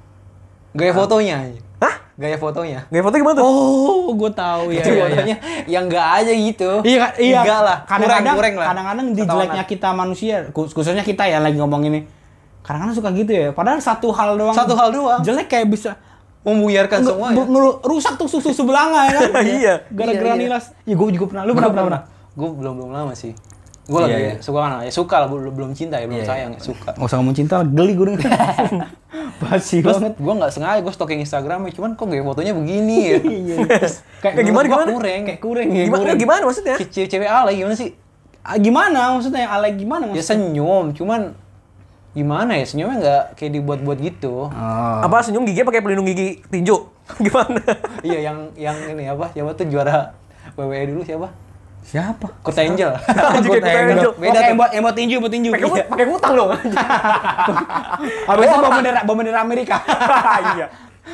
A: Gaya fotonya. anjing.
B: Hah?
A: Gaya fotonya.
B: Gaya foto gimana tuh?
C: Oh, gue tahu ya.
A: Gaya fotonya yang enggak aja gitu.
C: Iya, kan? iya.
A: Enggak lah.
C: Kadang-kadang,
A: kurang-kurang lah.
C: kadang-kadang di
A: Ketahuan
C: jeleknya kita manusia, khus- khususnya kita ya lagi ngomong ini. Kadang-kadang suka gitu ya. Padahal satu hal doang.
A: Satu hal doang.
C: Jelek kayak bisa
A: Membuyarkan
C: nge-
A: semua ya.
C: bu- ngelu- rusak tuh susu sebelanga ya kan.
B: Iya.
C: Gara-gara
A: Iya, iya.
C: nilas. Iya, gue juga pernah. Lu pernah pernah pernah.
A: Gue belum belum lama sih. Gue lagi
C: Iya, iya.
A: suka kan ya suka lah belum belum cinta ya belum sayang ya suka.
C: Nggak usah ngomong cinta,
A: *laughs*
C: geli gue denger. Basi
A: Terus
C: Iya banget.
A: gue nggak sengaja gue stalking Instagramnya, cuman kok gaya fotonya begini ya? Terus
C: Kayak
A: menurut
B: gimana,
A: gua
B: gimana?
A: Kurang.
C: Kayak kurang ya.
B: Gimana
C: kurang.
B: gimana maksudnya?
A: Kayak Cewek-cewek alay gimana sih?
C: Ah, Gimana maksudnya? Alay gimana
A: Ya
C: maksudnya?
A: senyum, cuman gimana ya senyumnya nggak kayak dibuat-buat gitu.
C: Oh.
B: Apa senyum gigi pakai pelindung gigi tinju? *laughs* gimana?
A: Iya yang yang ini apa? Siapa tuh juara WWE dulu siapa?
C: Siapa?
A: Kurt Angel. Kurt
B: Anjing, kayak Kurt
A: Angle.
B: Angel.
A: gitu? Beda
C: Oke,
A: tuh.
C: buat yang buat tinju, buat tinju.
B: Pakai
C: Iya.
B: pakai utang dong.
C: Habis
A: *laughs*
C: itu bawa bendera, bawa bendera Amerika.
B: *laughs* Iya.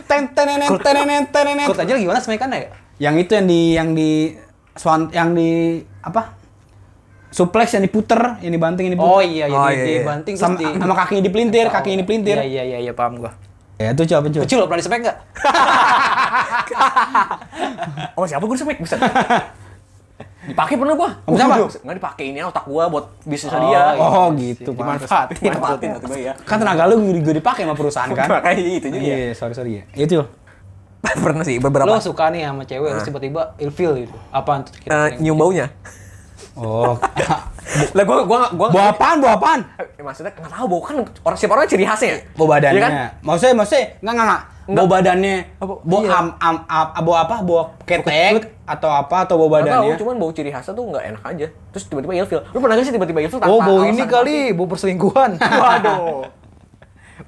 C: Ten tenenen tenenen tenenen.
A: Kurt Angel gimana semaikan ya?
C: Yang itu yang di yang di swan yang di apa? Suplex yang diputer, yang dibanting, yang
A: Oh
C: diputer.
A: iya, yang
B: Oh,
A: di-
B: iya, iya.
A: dibanting terus
C: sama,
A: di-
C: sama kakinya dipelintir, kakinya dipelintir.
A: Iya iya iya iya paham gua.
C: Ya itu coba coba.
A: Kecil lo pernah disemek nggak?
B: Oh siapa gue semek bisa. Dipakai pernah gua.
C: Sama siapa?
B: Enggak dipakai ini otak gua buat bisnis
A: Oh,
B: dia.
A: iya.
C: Oh gitu, Pak.
B: Dimanfaatin. Dimanfaatin otak gua, ya.
C: Kan tenaga lu juga dipakai sama perusahaan kan?
B: Makanya itu juga. ya.
C: Iya, sorry sorry ya. Itu.
B: *laughs* Pernah sih
A: Lo
B: beberapa.
A: suka nih sama cewek, terus tiba-tiba ilfil gitu. Apaan tuh?
B: Eh,
A: kira-kira?
B: nyium baunya.
C: Oh.
B: Lah gua gua gua
C: Bawa apaan? Bawa apaan?
B: Eh, maksudnya nggak tahu bau kan orang siapa orang ciri khasnya ya?
C: Bau badannya.
B: Iya kan?
C: Maksudnya, maksudnya, enggak, enggak, enggak. Bau badannya,
B: Apa?
C: bau
B: Iya.
C: am, am, am- bau apa, bau
B: ketut.
C: ketek, atau apa, atau bau
B: Nggak tahu,
C: badannya.
B: cuman bau ciri khasnya tuh nggak enak aja. Terus tiba-tiba ilfil. Lu pernah nggak sih tiba-tiba ilfil tanpa
A: Oh, bau
B: alasan?
A: ini kali, bau perselingkuhan.
B: Waduh.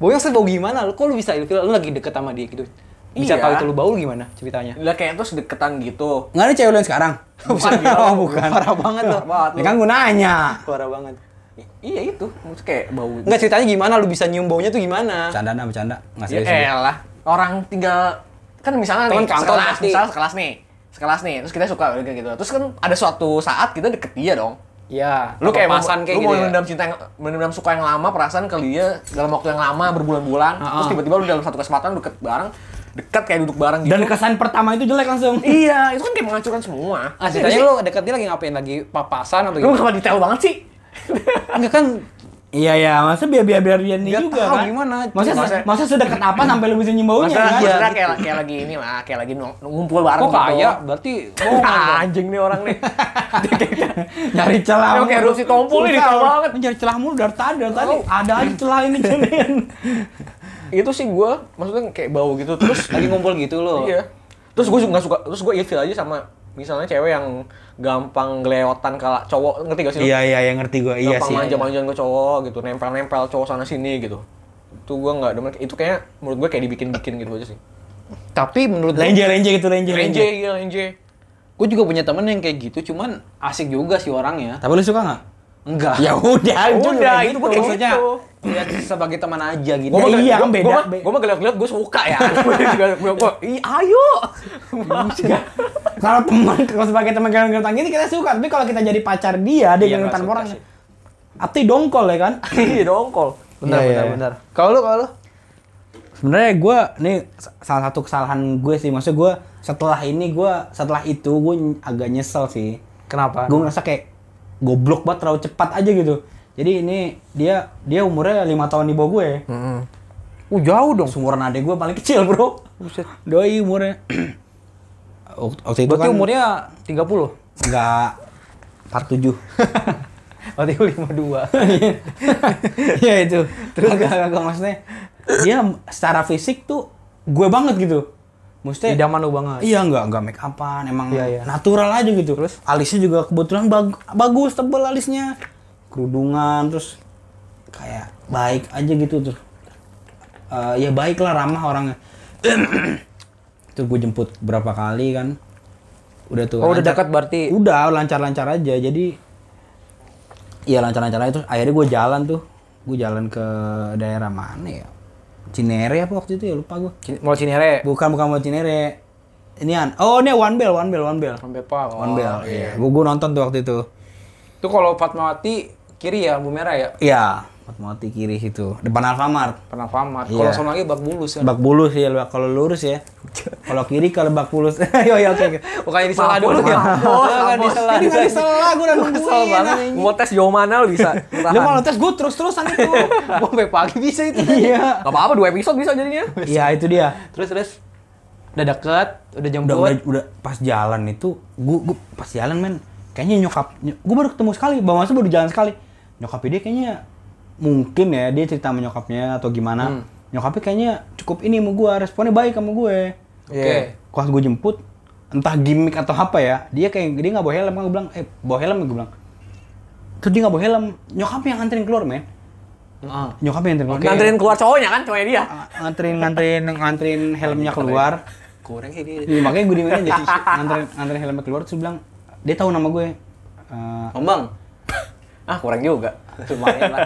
A: Baunya sih bau gimana? Lu kok lu bisa ilfil? Lu lagi deket sama dia gitu. Bisa
B: Iya.
A: tahu itu lu bau lu gimana
B: *laughs*
A: ceritanya?
B: Lah kayak terus deketan gitu.
C: Enggak ada cewek lu yang sekarang?
B: Bukan, gila.
C: *laughs* oh, bukan.
A: Parah banget lo.
B: Banget
C: Ini
B: lu.
C: kan gue nanya.
A: Parah banget.
B: I- Iya itu, maksudnya kayak bau.
A: Enggak ceritanya gimana? Lu bisa nyium baunya tuh gimana?
C: Bercanda, nah, bercanda. Enggak
B: Ya
C: serius.
B: elah. Orang tinggal kan misalnya
A: Temen
B: nih,
A: kantor
B: sekelas,
A: pasti.
B: misalnya sekelas nih. Sekelas nih, terus kita suka udah kayak gitu. Terus kan ada suatu saat kita deket dia dong.
A: Ya,
B: Lu kayak mau,
A: pasan kayak
B: lu
A: gitu.
B: mau
A: ya.
B: mendam cinta yang mendam suka yang lama, perasaan ke dia dalam waktu yang lama berbulan-bulan. Terus tiba-tiba lu dalam satu kesempatan deket bareng, dekat kayak duduk bareng gitu.
C: Dan kesan pertama itu jelek langsung.
B: Iya, itu kan kayak menghancurkan semua. Iya
A: Ah, ceritanya lu deket dia lagi ngapain? Lagi papasan atau
B: lu
A: gimana?
B: kenapa detail banget sih?
A: Enggak kan
C: Iya, iya. Masa biar biar biar dia
A: Nggak
C: juga
A: tahu
C: kan?
A: gimana.
C: Maksudnya,
B: Maksudnya-
C: maksudnya sedekat apa sampai lu bisa nyium baunya
B: Maksudnya,
C: kan?
B: maksudnya kayak, kayak lagi ini lah, kayak lagi nung- ngumpul bareng
A: kok
B: gitu.
A: kaya? Berarti *laughs* bohongan
B: Ah,
A: dong.
B: anjing nih orang *laughs* nih.
C: Nyari celah.
B: Emang kayak erupsi tompul ini,
C: Susah,
B: tahu banget.
C: Nyari celah mulu dari tadi, dari tadi.
B: Tahu.
C: Ada aja celah ini jadian.
B: itu sih gue, maksudnya kayak bau gitu
C: *clears throat*
B: terus.
A: Lagi ngumpul gitu lo.
B: iya. Terus gue juga nggak suka, terus gue ilfil aja sama misalnya cewek yang gampang geleotan kalau cowok ngerti gak sih? lu?
C: iya, yang ngerti gue.
B: gampang manja-manjaan ke cowok gitu, nempel-nempel cowok sana sini gitu. Itu gue nggak demen. Itu kayak menurut gue kayak dibikin-bikin gitu aja sih.
A: Tapi menurut gue
C: Lenje, lenje gitu, lenje,
B: Lenje, iya lenje.
A: gue juga punya temen yang kayak gitu, cuman asik juga sih orangnya.
C: Tapi lu suka nggak?
A: Enggak.
C: Ya udah,
B: Udah,
C: kayak
B: itu
C: gitu.
B: gua kayak
A: maksudnya
B: gitu.
A: ya sebagai teman aja gitu.
C: Gua- Ya iya, kan beda. Be-
B: Gue mah geliat-geliat gue suka
C: *laughs*
B: ya. Gue gue ayo.
C: Kalau teman, kalau sebagai teman kalian ngelutan gitu kita suka, tapi kalau kita jadi pacar dia, dia
A: Iya,
C: yang ngelutan
A: nggak suka
C: orang.
A: sih.
C: Ati dongkol ya kan?
B: Iya dongkol.
A: Bentar,
C: Iya,
A: bentar,
C: iya.
A: bentar. Kalau lu, kalau lu?
C: Sebenarnya gue, nih sa- salah satu kesalahan gue sih, maksud gue setelah ini gue, setelah itu gue ny- agak nyesel sih.
A: Kenapa?
C: Gue ngerasa kayak goblok banget terlalu cepat aja gitu. Jadi ini dia dia umurnya lima tahun di bawah gue.
A: Uh, jauh dong.
C: Seumuran adek gue paling kecil bro.
A: Buset.
C: Doi umurnya. *clears throat* Wak- Waktu itu
A: Berarti
C: kan
A: umurnya *laughs* 30.
C: nggak 47.
A: Berarti lu 52. *laughs*
C: *laughs* ya itu terus gak, gak, gak, maksudnya dia secara fisik tuh gue banget gitu maksudnya
A: Idaman lu banget.
C: iya nggak nggak make upan emang
A: Iya, iya.
C: natural aja gitu terus alisnya juga kebetulan bag- bagus tebel alisnya kerudungan terus kayak baik aja gitu tuh Eh, ya baik lah ramah orangnya *clears throat* tuh gue jemput berapa kali kan udah tuh
A: Oh, udah
C: lancar-
A: dekat berarti.
C: udah lancar-lancar aja jadi ya lancar-lancar aja terus akhirnya gue jalan tuh gue jalan ke daerah mana ya Cinere apa waktu itu ya lupa gue
A: Cin- Mall Cinere.
C: bukan bukan mau Cinere ini an oh ini one bell one bell one bell
A: Sampai Pak.
C: one bell iya gue gue nonton tuh waktu itu
A: Itu kalau Fatmawati kiri ya, Bu Merah ya.
C: Iya, Fatmawati kiri situ, depan Alfamart.
A: Pernah Famat.
C: Iya.
A: Kalau sono lagi bak bulus kan.
C: Lebak Bulus ya, Lebak- kalau lurus ya. Kalau kiri ke Lebak Bulus. *laughs* Yo yo oke. oke.
A: Bukannya disalah dulu
C: *laughs*
A: ya.
B: Mampus,
A: Bukan
B: mampus.
A: disalah.
C: Ini nggak disalah, gue udah
A: ya? Kesel
C: nungguin.
A: banget.
C: anjing.
B: Mau tes jauh mana lu
C: *laughs*
B: bisa. Lu
C: Lu mau
B: tahan.
C: tes gue terus-terusan itu.
A: *laughs* Gua sampai pagi bisa itu.
B: Gak
C: Iya.
B: apa-apa, dua episode bisa jadinya.
C: Iya itu dia.
A: Terus terus udah deket, udah jam
C: Udah udah, udah pas jalan itu, gue gue pas jalan men, kayaknya nyokap, gue baru ketemu sekali, bang Masu baru jalan sekali. Nyokapnya dia kayaknya mungkin ya dia cerita sama nyokapnya atau gimana. Nyokapnya kayaknya cukup ini sama gue, responnya baik sama gue.
A: Oke.
C: pas gue jemput entah gimmick atau apa ya dia kayak dia nggak bawa helm kan gue bilang eh bawa helm gue bilang terus dia nggak bawa helm nyokap yang nganterin keluar men
A: Heeh.
C: nyokap yang nganterin keluar
B: Nganterin keluar cowoknya kan, cowoknya dia.
C: Ah, nganterin nganterin nganterin helmnya keluar
A: Kurang ini.
C: Iya, makanya gue dimainin aja nganterin nganterin helmnya keluar terus dia bilang dia tahu nama gue Eh,
A: Ngomong.
B: Ah, kurang juga.
A: Lumayan lah.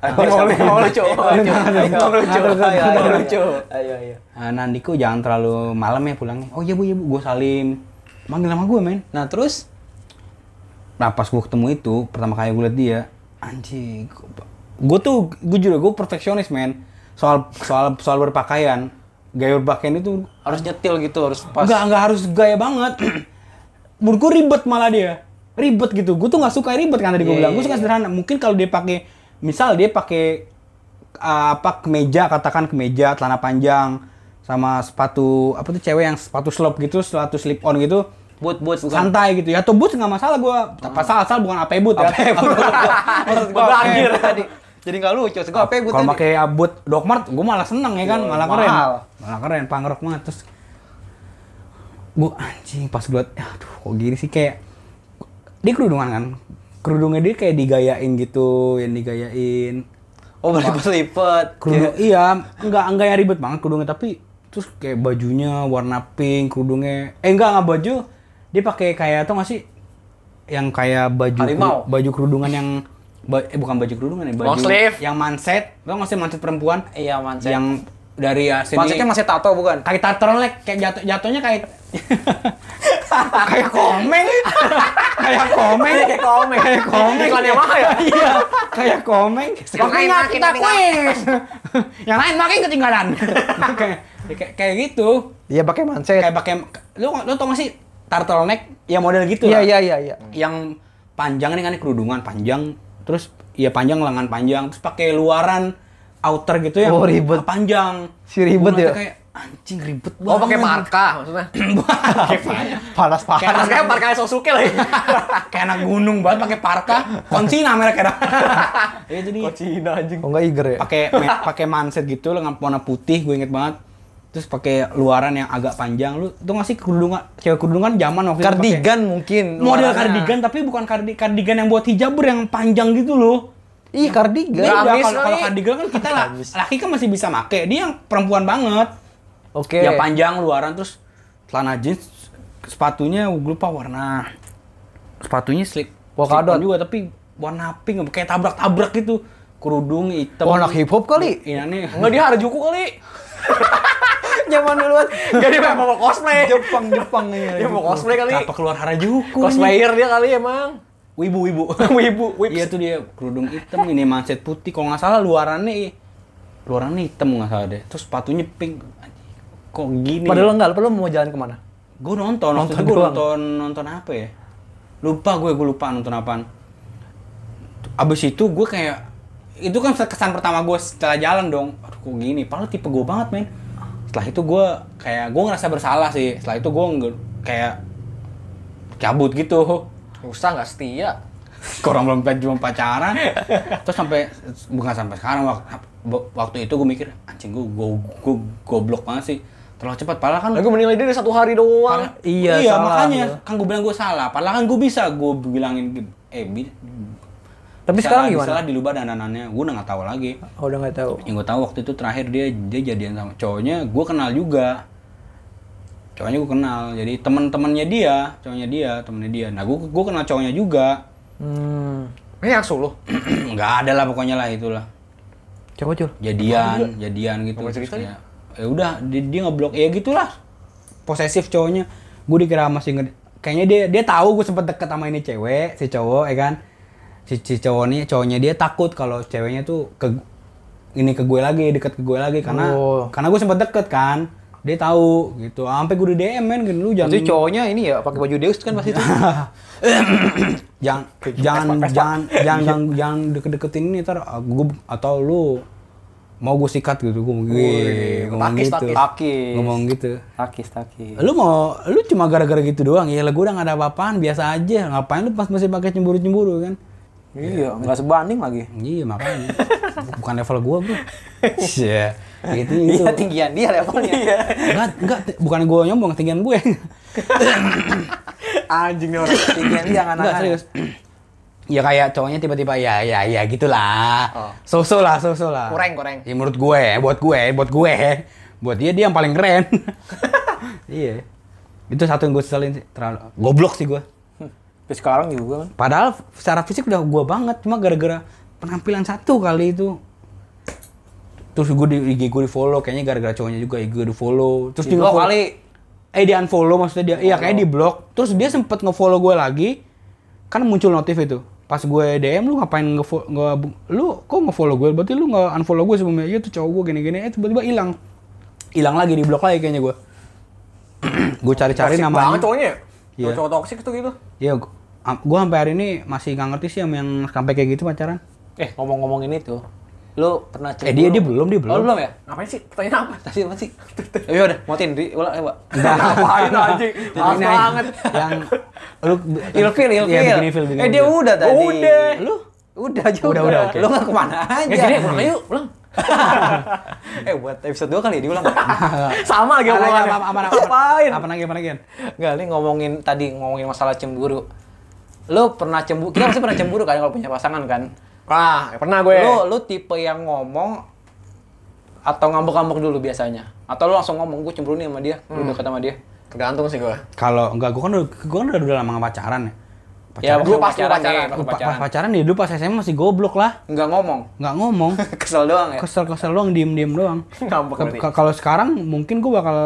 A: Ayo,
B: Ini mau lucu, mau lucu.
A: Ayo, ayo,
B: Mau lucu.
A: ayo, ayo,
B: Mau
A: ayo.
B: lucu.
A: Ayo, ayo.
C: "Eh, Nandiko jangan terlalu malam ya pulangnya oh iya bu iya bu gue salim manggil nama gue men
A: Nah, terus
C: Nah pas gue ketemu itu pertama kali gue liat dia anjing gue tuh gue juga gue perfeksionis men soal soal soal berpakaian gaya berpakaian itu
A: harus nyetil gitu, harus pas.
C: nggak nggak harus gaya
A: *clears throat*
C: banget menurut gue ribet malah dia ribet gitu gue tuh nggak suka ribet kan tadi gue
A: Iya,
C: bilang
A: iya,
C: gue suka sederhana mungkin kalau dia pakai misal dia pakai uh, apa kemeja katakan kemeja celana panjang sama sepatu apa tuh cewek yang sepatu slop gitu sepatu slip on gitu
A: Boot, boot, *laughs* bukan. Ah.
C: santai gitu ya atau boots nggak masalah gua pasal asal bukan apa boot ya *laughs* maksud gua
A: Gua
C: apa
A: anjir tadi. Jadi nggak lucu, maksud gua apa ya, gua
C: kalau
A: tadi?
C: pakai boot dokmart gua malah seneng ya kan
A: Iya,
C: malah keren
A: mahal.
C: malah keren pangrok banget terus gua anjing pas gua liat, aduh kok gini sih kayak dia kerudungan kan kerudungnya dia kayak digayain gitu yang digayain
A: Oh, berlipat-lipat.
C: kerudung iya nggak nggak yang ribet banget kerudungnya tapi terus kayak bajunya warna pink kerudungnya eh enggak nggak baju dia pakai kayak tau nggak sih yang kayak baju
A: Harimau.
C: baju kerudungan yang ba- eh bukan baju kerudungan ya baju
B: Long sleeve.
C: yang manset tau nggak sih manset perempuan
A: Iya, manset.
C: yang dari ya, sini
A: Pansetnya masih tato bukan?
C: kayak tatrolek kayak jatuh jatuhnya kayak kayak komeng kayak komeng kayak komeng kayak komeng
B: Iklan Yamaha ya?
C: iya kayak komeng
B: Yang lain
C: Makanya
B: makin,
C: kita
B: tapi nggak-
C: kuis yang lain makin ketinggalan kayak kayak- kayak gitu
A: Iya, pakai manset.
C: kayak pakai lu lu tau gak sih turtleneck ya model gitu
A: Iya,
C: lah.
A: iya, iya, *laughs* iya.
C: yang panjang nih kan ini kerudungan panjang terus ya panjang lengan panjang terus pakai luaran outer gitu yang
A: Oh, ribet.
C: panjang
A: Si ribet
C: Gua
A: ya?
C: ngeliatnya kayak anjing ribet banget
B: Oh, pakai marka maksudnya.
A: Panas-panas.
B: Kayak kayak marka Sosuke lah. ya.
C: *laughs* kayak anak gunung banget pakai parka konsina mereka
A: *laughs*
C: dah ya itu dia
B: Cina anjing.
A: Oh, nggak iger ya?
C: pakai me- pakai manset gitu lengan warna putih gue inget banget terus pakai luaran yang agak panjang lu tuh ngasih kerudungan cewek kerudungan zaman waktu itu pakai-
A: Kardigan mungkin.
C: model
A: warnanya.
C: kardigan tapi bukan kardi kardigan yang buat hijabur yang panjang gitu loh
A: Ih, kardigan.
C: Beda,
B: Gamis
C: Iya, kalau kalau
B: kali.
C: kardigan kan kita lah laki kan masih bisa make dia yang perempuan banget
A: Oke.
C: yang Ya, panjang luaran terus celana jeans sepatunya gue lupa warna sepatunya slip
A: Polkadot.
C: slip-on juga tapi warna pink kayak tabrak-tabrak gitu kerudung hitam
A: Oh, anak hip hop kali?
C: iya nih
B: Enggak dia Harajuku
C: *laughs*
B: kali.
A: Zaman duluan.
B: Enggak dia mau mau cosplay.
A: Jepang, Jepang ya.
B: Dia mau cosplay kali.
C: iya, kenapa keluar Harajuku nih?
B: Cosplayer dia kali emang.
C: wibu
A: *laughs*
C: wibu
B: Wibu, wibu.
C: iya tuh dia kerudung hitam ini manset putih kalau nggak salah luarannya luarannya hitam nggak salah deh terus sepatunya pink Anjing, kok gini
A: Padahal enggak, padahal mau jalan kemana?
C: gue nonton waktu
A: Nonton
C: itu gue
A: doang.
C: nonton nonton apa ya lupa gue gue lupa nonton apaan abis itu gue kayak itu kan kesan pertama gue setelah jalan dong aduh kok gini padahal tipe gue banget men setelah itu gue kayak gue ngerasa bersalah sih setelah itu gue nge- kayak cabut gitu
B: Usah nggak
C: *laughs*
B: setia.
C: orang belum cuma pacaran terus sampai bukan sampai sekarang waktu waktu itu gue mikir anjing gue gue gue goblok banget sih terlalu cepat padahal kan
B: Lah gue menilai dia dari satu hari doang.
C: Padahal-
A: Iya, salah
C: makanya
A: gua.
C: kan gue bilang gue salah. Padahal kan gue bisa gue bilangin eh bi-
B: Tapi sekarang gimana?
C: Bisa lah di Lubang dan anannya. Gue udah nggak tahu lagi.
B: Oh, udah nggak tahu.
C: Yang gue tahu waktu itu terakhir dia dia jadian sama cowoknya. Gue kenal juga. Cowoknya gue kenal. Jadi teman-temannya dia, cowoknya dia, temennya dia. Nah gue gue kenal cowoknya juga.
B: Hmm.
A: Ini yang suluh.
C: *clears throat* nggak ada lah pokoknya lah itulah.
B: Coba cul.
C: Jadian, jadian gitu.
A: Apa cerita
C: Terus kayak, Ya udah dia, dia ngeblok ya gitulah. Posesif cowoknya. Gue dikira masih nge- kayaknya dia dia tahu gue sempet deket sama ini cewek, si cowok ya kan. Si, si cowok nih, cowoknya dia takut kalau ceweknya tuh ke ini ke gue lagi, deket ke gue lagi karena
A: Oh.
C: karena gue sempet deket kan. Dia tahu gitu. Sampai gue di DM men gini, lu jangan
A: Jadi cowoknya ini ya pakai baju Deus kan pasti
C: *laughs*
A: itu.
C: jangan
A: gitu.
C: jangan jangan
A: Iya.
C: jangan jangan, jangan deket-deketin ini ntar ah, gua- atau lu mau gue sikat gitu gue ngomong
B: takis,
C: gitu
B: takis.
A: Takis.
C: ngomong gitu
A: Takis, takis.
C: lu mau lu cuma gara-gara gitu doang ya lah gue udah gak ada apa-apaan biasa aja ngapain lu pas masih pakai cemburu-cemburu kan
A: Iya, nggak sebanding lagi. *laughs*
C: iya makanya bukan level gue bro iya gitu gitu
A: Iya, tinggian dia levelnya.
C: enggak enggak bukan gue nyombong ketinggian gue
A: *laughs*
C: *laughs*
A: Anjing nih orang. Tinggian dia
C: Enggak
A: anak-anak.
C: serius. *clears throat* Ya kayak cowoknya tiba-tiba ya ya ya gitulah.
A: Oh.
C: So-so lah, so-so lah.
A: Kurang, kurang.
C: Ya menurut gue, buat gue, buat gue. Buat dia dia yang paling keren.
A: *laughs*
C: iya. Itu satu yang gue sesalin sih, terlalu goblok sih gue.
A: Tapi Hmm. sekarang juga kan.
C: Padahal secara fisik udah gue banget, cuma gara-gara penampilan satu kali itu terus gue di IG gue di follow kayaknya gara-gara cowoknya juga IG gue di follow terus
A: Di
C: juga
A: blok Iya. kali.
C: eh di unfollow maksudnya dia iya kayaknya di blok terus dia sempet ngefollow gue lagi kan muncul notif itu pas gue DM lu ngapain nge lu kok ngefollow gue berarti lu nge unfollow gue sebelumnya iya tuh cowok gue gini-gini eh tiba-tiba hilang hilang lagi di blok lagi kayaknya gue *clears throat* gue cari-cari
B: Toxic
C: namanya
B: banget cowoknya.
C: Iya.
B: Cowok cowok toksik tuh gitu.
C: Iya, gu- am- gua sampai hari ini masih nggak ngerti sih sama yang sampai kayak gitu pacaran.
A: Eh, ngomong-ngomong ini tuh. Lu pernah
C: Eh dia dia belum dia belum.
A: Oh, lu belum ya?
B: Ngapain sih? Pertanyaan apa?
A: Tadi *laughs* apa sih? Ya udah, motin di ulang *laughs* ayo, Pak.
B: *laughs* Ngapain anjing? Males
C: Ini
B: banget. ya?
C: Yang lu
A: Ilfil, ilfil.
C: Iya, bikin ilfil, bikin
A: eh, dia
C: ilfil.
A: udah tadi.
B: Udah.
A: Lu? Udah juga.
C: Udah, udah, oke.
A: Lu nggak kemana aja.
B: Ya gini pulang aja yuk,
A: *laughs*
B: pulang.
A: eh, buat episode 2 kali ya, diulang. *laughs*
B: Sama lagi
C: Eh, Apa
B: omongannya.
C: apa apa
B: Ngapain?
C: Apa lagi apa lagi?
A: Enggak, ini ngomongin tadi ngomongin masalah cemburu. Lu pernah cemburu? Kita pasti pernah cemburu kan kalau punya pasangan kan?
B: Wah, pernah gue.
A: Lu lu tipe yang ngomong atau ngambek-ngambek dulu biasanya? Atau lu langsung ngomong gue cemburu nih sama dia, lu deket sama dia?
B: Tergantung sih gue.
C: Kalau enggak gua kan udah gua kan udah, udah lama nggak pacaran ya.
A: Ya,
C: Pacaran.
B: Dulu
A: waktu
B: pas lu pacaran.
A: nih, waktu
C: Gua pa- pas pacaran dia dulu pas SMA masih goblok lah.
A: Nggak ngomong.
C: Nggak ngomong.
A: Kesel doang ya?
C: Kesel-kesel doang, diem-diem doang.
B: Ngambek
C: Ke-
B: berarti.
C: ke- Kalau sekarang mungkin gua bakal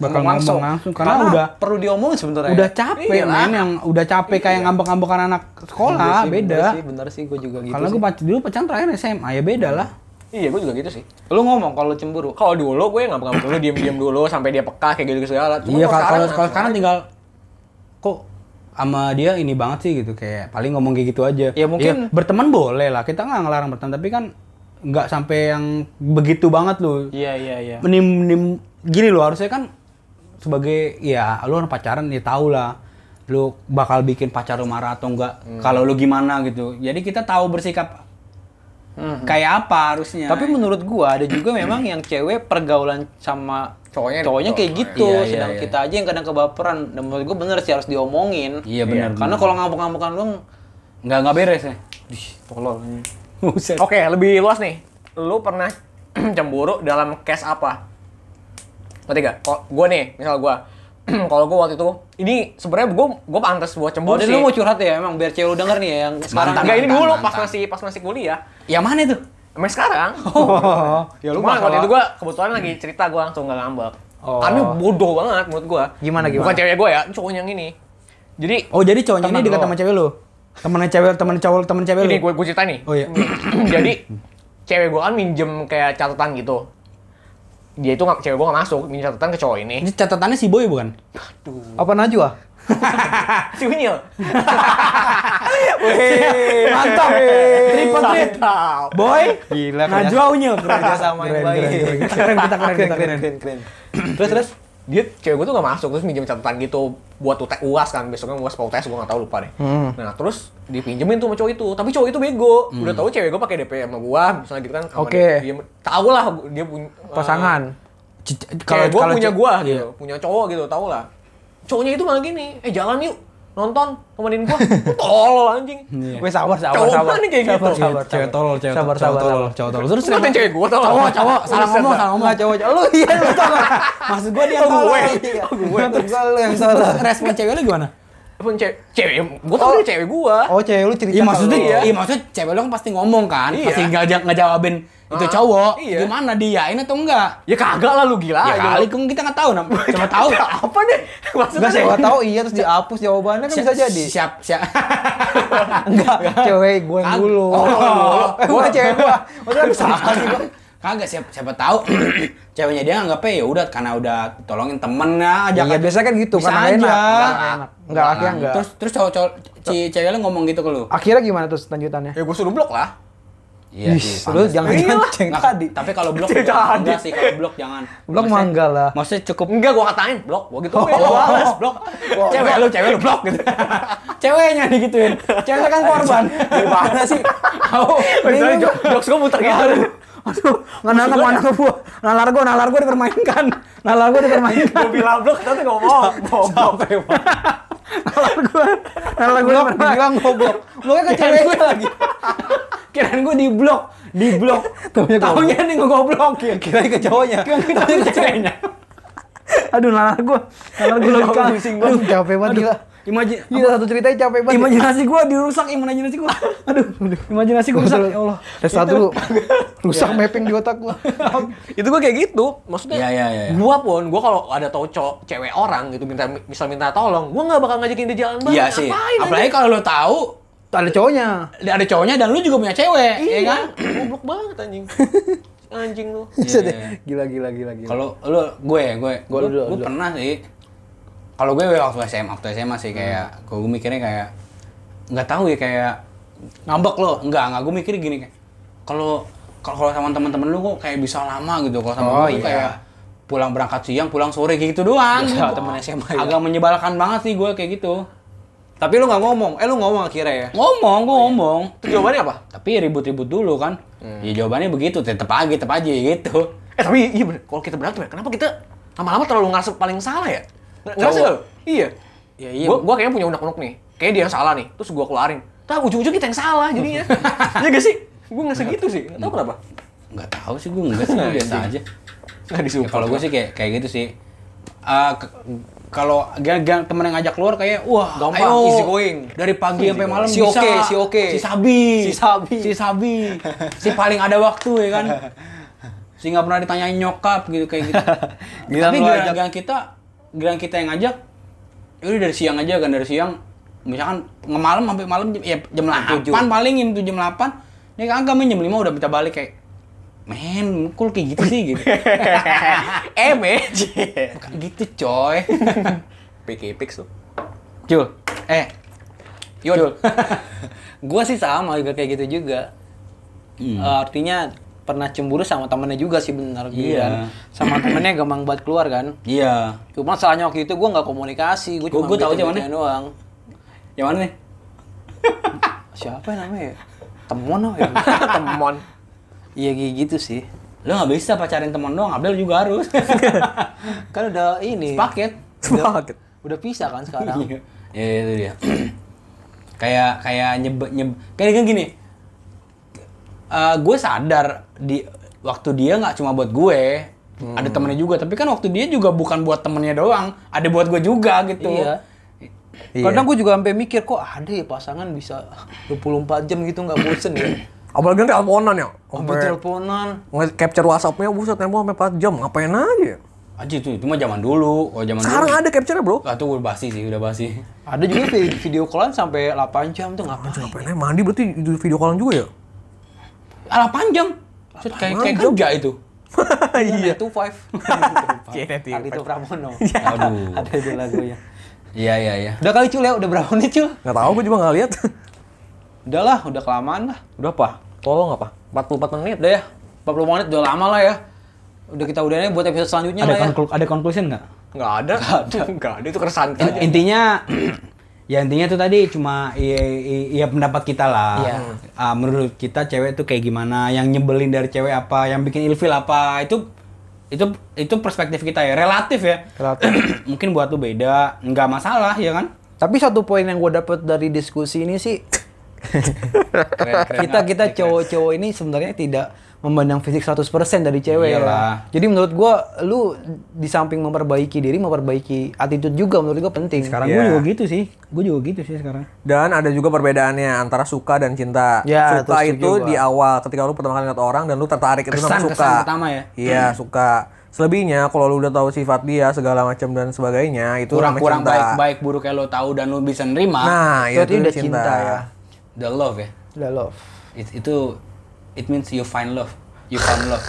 C: bakal
A: Ngomong
C: ngomong langsung karena udah
A: perlu diomongin sebenarnya.
C: udah capek
B: Iyalah.
C: men yang udah capek kayak ngambek-ngambekan anak
A: Iya
C: sekolah
A: sih,
C: beda
A: Bener sih, bener sih gue juga gitu.
C: kalau
A: sih.
C: gue pac- dulu pacaran terakhir SMA ya beda lah
B: Iya, gue juga gitu sih.
A: Lu ngomong kalau cemburu.
B: Kalau dulu gue ngambek-ngambek dulu, diem-diem dulu sampai dia peka kayak gitu segala. Cuma
C: iya kalau kalau- kalau sekarang tinggal kok sama dia ini banget sih gitu kayak paling ngomong kayak gitu aja
A: Ya, mungkin-
C: berteman boleh lah kita nggak ngelarang berteman tapi kan nggak sampai yang begitu banget lu
A: Iya, iya, iya.
C: menim menim gini lo harusnya kan sebagai ya lu orang pacaran ya tau lah lu bakal bikin pacar lu marah atau enggak kalau lu gimana gitu jadi kita tahu bersikap
A: Hmm.
C: kayak apa harusnya
A: Tapi menurut gua ada juga memang yang cewek pergaulan sama
B: Cowoknya-
A: kayak
B: cowoknya.
A: gitu,
C: Iya, iya,
A: sedang
C: iya.
A: kita aja yang kadang kebaperan. Dan menurut gua bener sih harus diomongin.
C: Iya, bener,
A: Karena
C: bener.
A: kalau ngambek-ngambekan lu
C: nggak nggak beres ya
A: Ih, tolol.
C: Buset.
A: Oh,
B: Oke, lebih luas nih. Lu pernah *clears throat* cemburu dalam case apa? Ngerti gak? Kok gue nih, misal gue. *clears throat* kalau gue waktu itu, ini sebenarnya gue gue pantas
A: Oh,
B: buat cemburu
A: dan
B: sih.
A: lu mau curhat ya emang biar cewek lu denger nih ya, yang sekarang.
B: Enggak, ini
C: Mantan,
B: dulu
C: mantan.
B: pas masih pas masih kuliah.
C: yang mana itu
B: Sampai
A: *laughs*
B: sekarang.
C: *laughs* oh
A: Ya, lu
B: Cuma
A: masalah-
B: waktu itu gue kebetulan lagi cerita gue langsung gak ngambek.
A: Oh.
B: Karena bodoh banget menurut gue.
A: Gimana, gimana?
B: Bukan cewek gue ya, cowoknya yang ini. Jadi,
C: oh jadi cowoknya
B: Teman
C: ini dekat
B: lo.
C: sama cewek lu temennya cewek temen cowok temen cewek lu
B: ini gue gue cerita nih.
C: oh iya
B: *clears throat* jadi cewek gue kan minjem kayak catatan gitu dia itu nggak cewek gue nggak masuk minjem catatan ke cowok
C: *laughs*
B: ini
C: ini catatannya si boy bukan
A: Apa Najwa?
B: si *laughs* Winyil
C: mantap triple threat
B: mantap
C: Eh. boy Nah,
A: Gila,
C: najwa unyil
A: kerja Eh, sama yang baik.
C: keren,
A: *laughs*
C: keren, kita keren kita keren
A: keren.
B: terus terus dia cewek gue tuh nggak masuk terus minjem catatan gitu buat UTS uas kan besoknya uas mau UTS gue nggak tahu lupa deh
A: Hmm.
B: nah terus dipinjemin tuh sama cowok itu tapi cowok itu bego udah tahu cewek gue pakai DP sama gue misalnya gitu kan sama
A: Oke.
B: dia, dia tahu lah dia punya
A: Pasangan.
C: C- c-
B: kalau gue punya
C: c-
A: Iya.
B: gua gitu, punya cowok gitu, tau lah. Cowoknya itu malah gini, eh jalan yuk. nonton temenin gua Lu tolol anjing
C: Iya.
A: Wes sabar sabar
B: Cowok
A: sabar.
B: mana kayak gitu?
A: Sabar sabar.
C: Cewek tolol, cewek
A: sabar, sabar,
C: tolol, cowok
A: sabar.
C: tolol, cowok tolol. Terus
B: Lu ngatain cewek gua tolol
A: Oh, Cowok, cowok, salah
B: Buset,
A: ngomong,
B: dah.
A: salah ngomong. Nggak, cowok, cowok. Lu iya lu salah. Maksud gua dia yang
B: Oh, gue.
A: salah. Iya.
B: Oh, gue.
A: Terus lu yang salah. Respon cewek lu gimana?
B: Apa cewek cewek gua tau dia cewek gua
A: Oh, cewek lu cerita.
C: Iya maksudnya,
A: kalau-
B: Iya.
C: iya maksudnya cewek lo kan pasti ngomong kan,
B: Iya.
C: pasti nggak nggak jawabin itu
B: Ah,
C: cowok,
B: iya.
C: gimana diain atau enggak?
B: ya kagak lah lu
A: Iya,
B: gila
C: Ya
B: gitu.
C: kali kan kita nggak tahu,
A: *laughs*
C: nam- cuma tahu.
B: Ya, apa deh *laughs* maksudnya
A: Enggak, siapa tahu iya terus dihapus jawabannya kan bisa jadi.
C: Siap,
A: *laughs*
C: siap.
A: Enggak, cewek gue yang
C: Kag-
A: dulu.
C: Oh, oh,
A: Eh, bukan cewek gue. Maksudnya
C: Siapa sih gua? Kagak siapa, siapa tahu *clears throat* ceweknya dia anggapnya ya udah karena udah tolongin temennya aja.
A: Iya, biasanya kan gitu,
C: Bisa
A: karena
C: aja.
A: enak, karena enak. Enggak, akhirnya enggak.
C: Nah, Terus terus cowok-cowok si cewek lo ngomong gitu ke lu.
A: Akhirnya gimana terus lanjutannya?
B: ya gua suruh blok lah
A: Ih, lu jangan
B: Iya lah.
A: ceng
C: Nggak,
A: tadi.
C: Nah, Tapi kalau
B: *laughs*
C: blok
B: Cewek tadi.
C: enggak sih, kalau blok jangan.
A: Blok
C: Maksudnya-
A: mangga lah.
C: Maksudnya cukup
B: enggak gua katain blok gua gitu
C: Oh,
B: gua balas blok
C: cewek lu, cewek lu blok gitu. *laughs* Ceweknya digituin. Ceweknya kan korban.
B: *laughs* gimana sih
C: Oh,
B: Misalnya jok- jokes gua muter gitu
C: Aduh, nggak nangkep anak gua. Nalar gua, nalar gua dipermainkan. Nalar gua dipermainkan.
B: gua bilang blok tapi ngomong ngomong
C: Nalar gua, nalar
A: Blok,
C: gua dipermainkan.
A: dibilang goblok. Bloknya ke
C: Kirain
A: cewek.
C: gua *laughs* lagi. Kirain gua di blok, di blok.
A: Taunya
C: Taunya nih ngegoblokin.
A: Kirain ke cowoknya.
C: Kirain ke ceweknya. Aduh, nalar gua. Nalar gua
A: Aduh,
C: logika.
A: pusing gua. Capek banget, gila.
C: Imaji
A: Gila satu ceritanya capek banget.
C: imajinasi gua dirusak imajinasi
A: *laughs*
C: gua aduh imajinasi gua rusak ya Allah
A: Tes satu rusak mapping di otak gua.
B: itu gua kayak gitu maksudnya
C: Iya, iya, iya, iya.
B: gua pun gua kalau ada tau cowok cewek orang gitu minta misal minta tolong gua nggak bakal ngajakin dia jalan bareng
C: iya sih
B: Ngapain,
C: apalagi kalau lo tahu
A: Ada cowoknya.
C: ada cowoknya dan lu juga punya cewek
B: anjing?
C: ya
B: iya
C: kan
B: *clears throat* goblok banget *laughs* anjing anjing lu
A: Bisa deh.
C: iya.
A: *laughs* Gila gila gila gila.
C: kalau lu gue gue gue
A: Lu dulu,
C: gue
A: dulu.
C: pernah sih kalau gue waktu SMA waktu SMA sih
A: Hmm.
C: kayak gue mikirnya kayak nggak tahu ya kayak ngambek lo nggak nggak gue mikir gini kayak kalau kalau kalau sama teman-teman lu kok kayak bisa lama gitu kalau sama
A: Oh,
C: gue tuh
A: iya.
C: kayak pulang berangkat siang pulang sore kayak gitu doang
A: Biasa,
C: gitu.
A: temen SMA ya.
C: agak menyebalkan banget sih gue kayak gitu
A: Tapi lu nggak ngomong. Eh lu ngomong akhirnya ya.
C: ngomong gue ngomong
B: itu jawabannya apa
C: tapi ribut-ribut dulu kan
A: Hmm.
C: ya jawabannya begitu tetep aja tetep aja gitu
B: eh tapi iya bener kalau kita berantem ya kenapa kita lama-lama terlalu ngerasa paling salah ya Ngerasa
A: Cowok.
B: nggak lu? iya
A: Ya iya.
B: Gua, gua kayaknya punya unek-unek nih. Kayaknya dia yang salah nih. Terus gua keluarin. Tapi ujung-ujung kita yang salah *laughs* jadinya. Iya gak sih? Gua nggak segitu sih. Gak tau kenapa.
C: nggak tahu sih gue nggak
A: Nah,
C: sih gua biasa aja
B: Nggak
C: Ya,
B: disupport.
C: kalau gue sih kayak kayak gitu sih Eh, ke- kalau gang gang temen yang ngajak keluar kayak wah
A: Gampang,
C: ayo,
A: easy going.
C: dari pagi sampai malam
A: Si
C: bisa
A: oke, si oke.
C: si sabi
A: Si sabi.
C: si
A: *laughs*
C: sabi si paling ada waktu ya kan si nggak pernah ditanyain nyokap gitu kayak
A: *laughs*
C: gitu
A: Giliran
C: tapi
A: lu
C: giliran
A: ajak.
C: gang kita giliran kita yang ngajak udah dari siang aja kan dari siang misalkan ngemalam sampai malam jam- ya jam 8
A: tujuh.
C: paling jam 7 jam 8 ini kagak men jam 5 udah minta balik kayak men mukul kayak gitu sih
A: *laughs*
C: gitu
B: Eh, men.
A: Iya.
C: Bukan gitu coy.
B: PK Pix tuh.
C: Jul. Eh. Yul.
A: Jul. *laughs* gua sih sama juga kayak gitu juga. Eh, artinya pernah cemburu sama temennya juga sih benar
C: Iya.
A: Sama temennya gampang buat keluar kan.
C: *laughs* Iya.
A: Cuma salahnya waktu itu gua nggak komunikasi, gua
C: Gua-
A: cuma
C: gua tahu
A: bete-betean
C: jawabannya.
A: doang.
C: Yang mana nih?
A: Siapa yang namanya? ya? Temon apa ya?
B: Temon.
A: Iya kayak gitu sih.
C: Lo nggak bisa pacarin temen doang, Abdel juga harus. *laughs*
A: Kan udah ini.
C: Paket.
B: Sepaket.
A: Udah pisah kan sekarang.
C: Iya, iya, itu dia. *clears throat* kayak kayak nyebe nyeb kayak kan gini. Eh, gue sadar di waktu dia nggak cuma buat gue, ada temennya juga. Tapi kan waktu dia juga bukan buat temennya doang, ada buat gue juga gitu.
A: Iya.
B: Iya.
A: Kadang gue juga sampai mikir kok ada ya pasangan bisa 24 jam gitu nggak bosen ya.
B: Apalagi kan teleponan ya.
A: Sampai teleponan.
B: Nge-capture WhatsApp-nya buset telepon sampai 4 jam. Ngapain aja?
C: Aja itu, itu mah zaman dulu. Kalau zaman
B: Sekarang
C: dulu.
B: ada capture-nya, Bro.
C: Ah, tuh udah basi sih, udah basi.
A: Ada juga vi- video callan sampai 8 jam tuh ngapain?
B: Ngapain aja? Mandi berarti itu video callan
C: *laughs*
B: juga ya?
C: Alah panjang. Set, kayak kayak
B: Panjang.
C: kerja itu.
A: Iya. Itu five.
B: Iya, itu
A: Adito Pramono.
C: Aduh.
A: Ada itu lagunya.
C: Iya iya iya.
A: Udah kali cul ya, udah berapa menit cul?
B: Nggak tahu gua juga nggak lihat. *laughs*
A: Udah lah, udah kelamaan lah.
B: Udah apa? Tolong apa? 44 menit.
A: Udah ya, 40 menit udah lama lah ya. Udah kita udahin aja buat episode selanjutnya lah ya.
C: ada conclusion nggak?
B: Nggak ada. Nggak ada. Nggak ada. Itu keresahan kita aja.
C: intinya *clears throat* ya intinya itu tadi cuma ya, ya pendapat kita lah.
A: Iya.
C: Ah, menurut kita cewek tuh kayak gimana, yang nyebelin dari cewek apa, yang bikin ilfil apa, itu itu itu perspektif kita ya, *clears throat* relatif ya.
A: Relatif.
C: Mungkin buat lu beda, nggak masalah ya kan?
A: Tapi satu poin yang gue dapet dari diskusi ini sih, kita kita cowok-cowok ini sebenarnya tidak memandang fisik 100% dari cewek
C: Iyalah.
A: ya. Jadi menurut gua lu di samping memperbaiki diri, memperbaiki attitude juga menurut gua penting.
C: Sekarang
B: Iya.
C: gue juga gitu sih. Gue juga gitu sih sekarang.
B: Dan ada juga perbedaannya antara suka dan cinta.
A: Ya, itu
B: suka
A: setuju
B: itu
A: gua.
B: di awal ketika lu pertama kali ngeliat orang dan lu tertarik itu sama
C: Kesan-
B: suka.
C: kesan pertama ya?
B: Iya, suka. Selebihnya kalau lu udah tahu sifat dia segala macam dan sebagainya itu namanya
C: Kurang-kurang
B: cinta.
C: baik-baik buruknya lo tahu dan lo bisa nerima.
B: Nah, itu,
A: Berarti
B: udah
A: udah
B: cinta.
A: cinta ya.
C: The love ya.
A: Udah love.
C: It, itu it means you find love. You found love.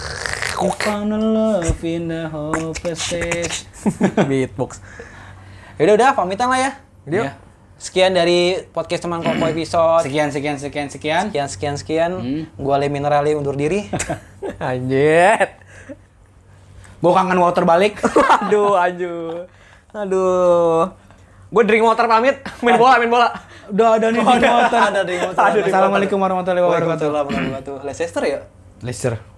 C: You found a love in the hopeless stage.
B: *laughs* Beatbox.
A: Yaudah udah pamitan lah ya.
B: Yuk.
C: Ya.
A: Sekian dari podcast teman koko episode.
C: Sekian sekian sekian sekian.
A: Sekian sekian sekian. Gua Le Minerali undur diri.
B: Anjir.
C: Gue kangen water
B: *laughs*
C: balik.
B: Aduh, anjir. Aduh. Gue drink water pamit, main bola, main bola.
C: Udah ada nih di water.
A: Ada di motor.
C: Assalamualaikum warahmatullahi wabarakatuh.
A: Waalaikumsalam warahmatullahi wabarakatuh. Leicester ya?
C: Leicester.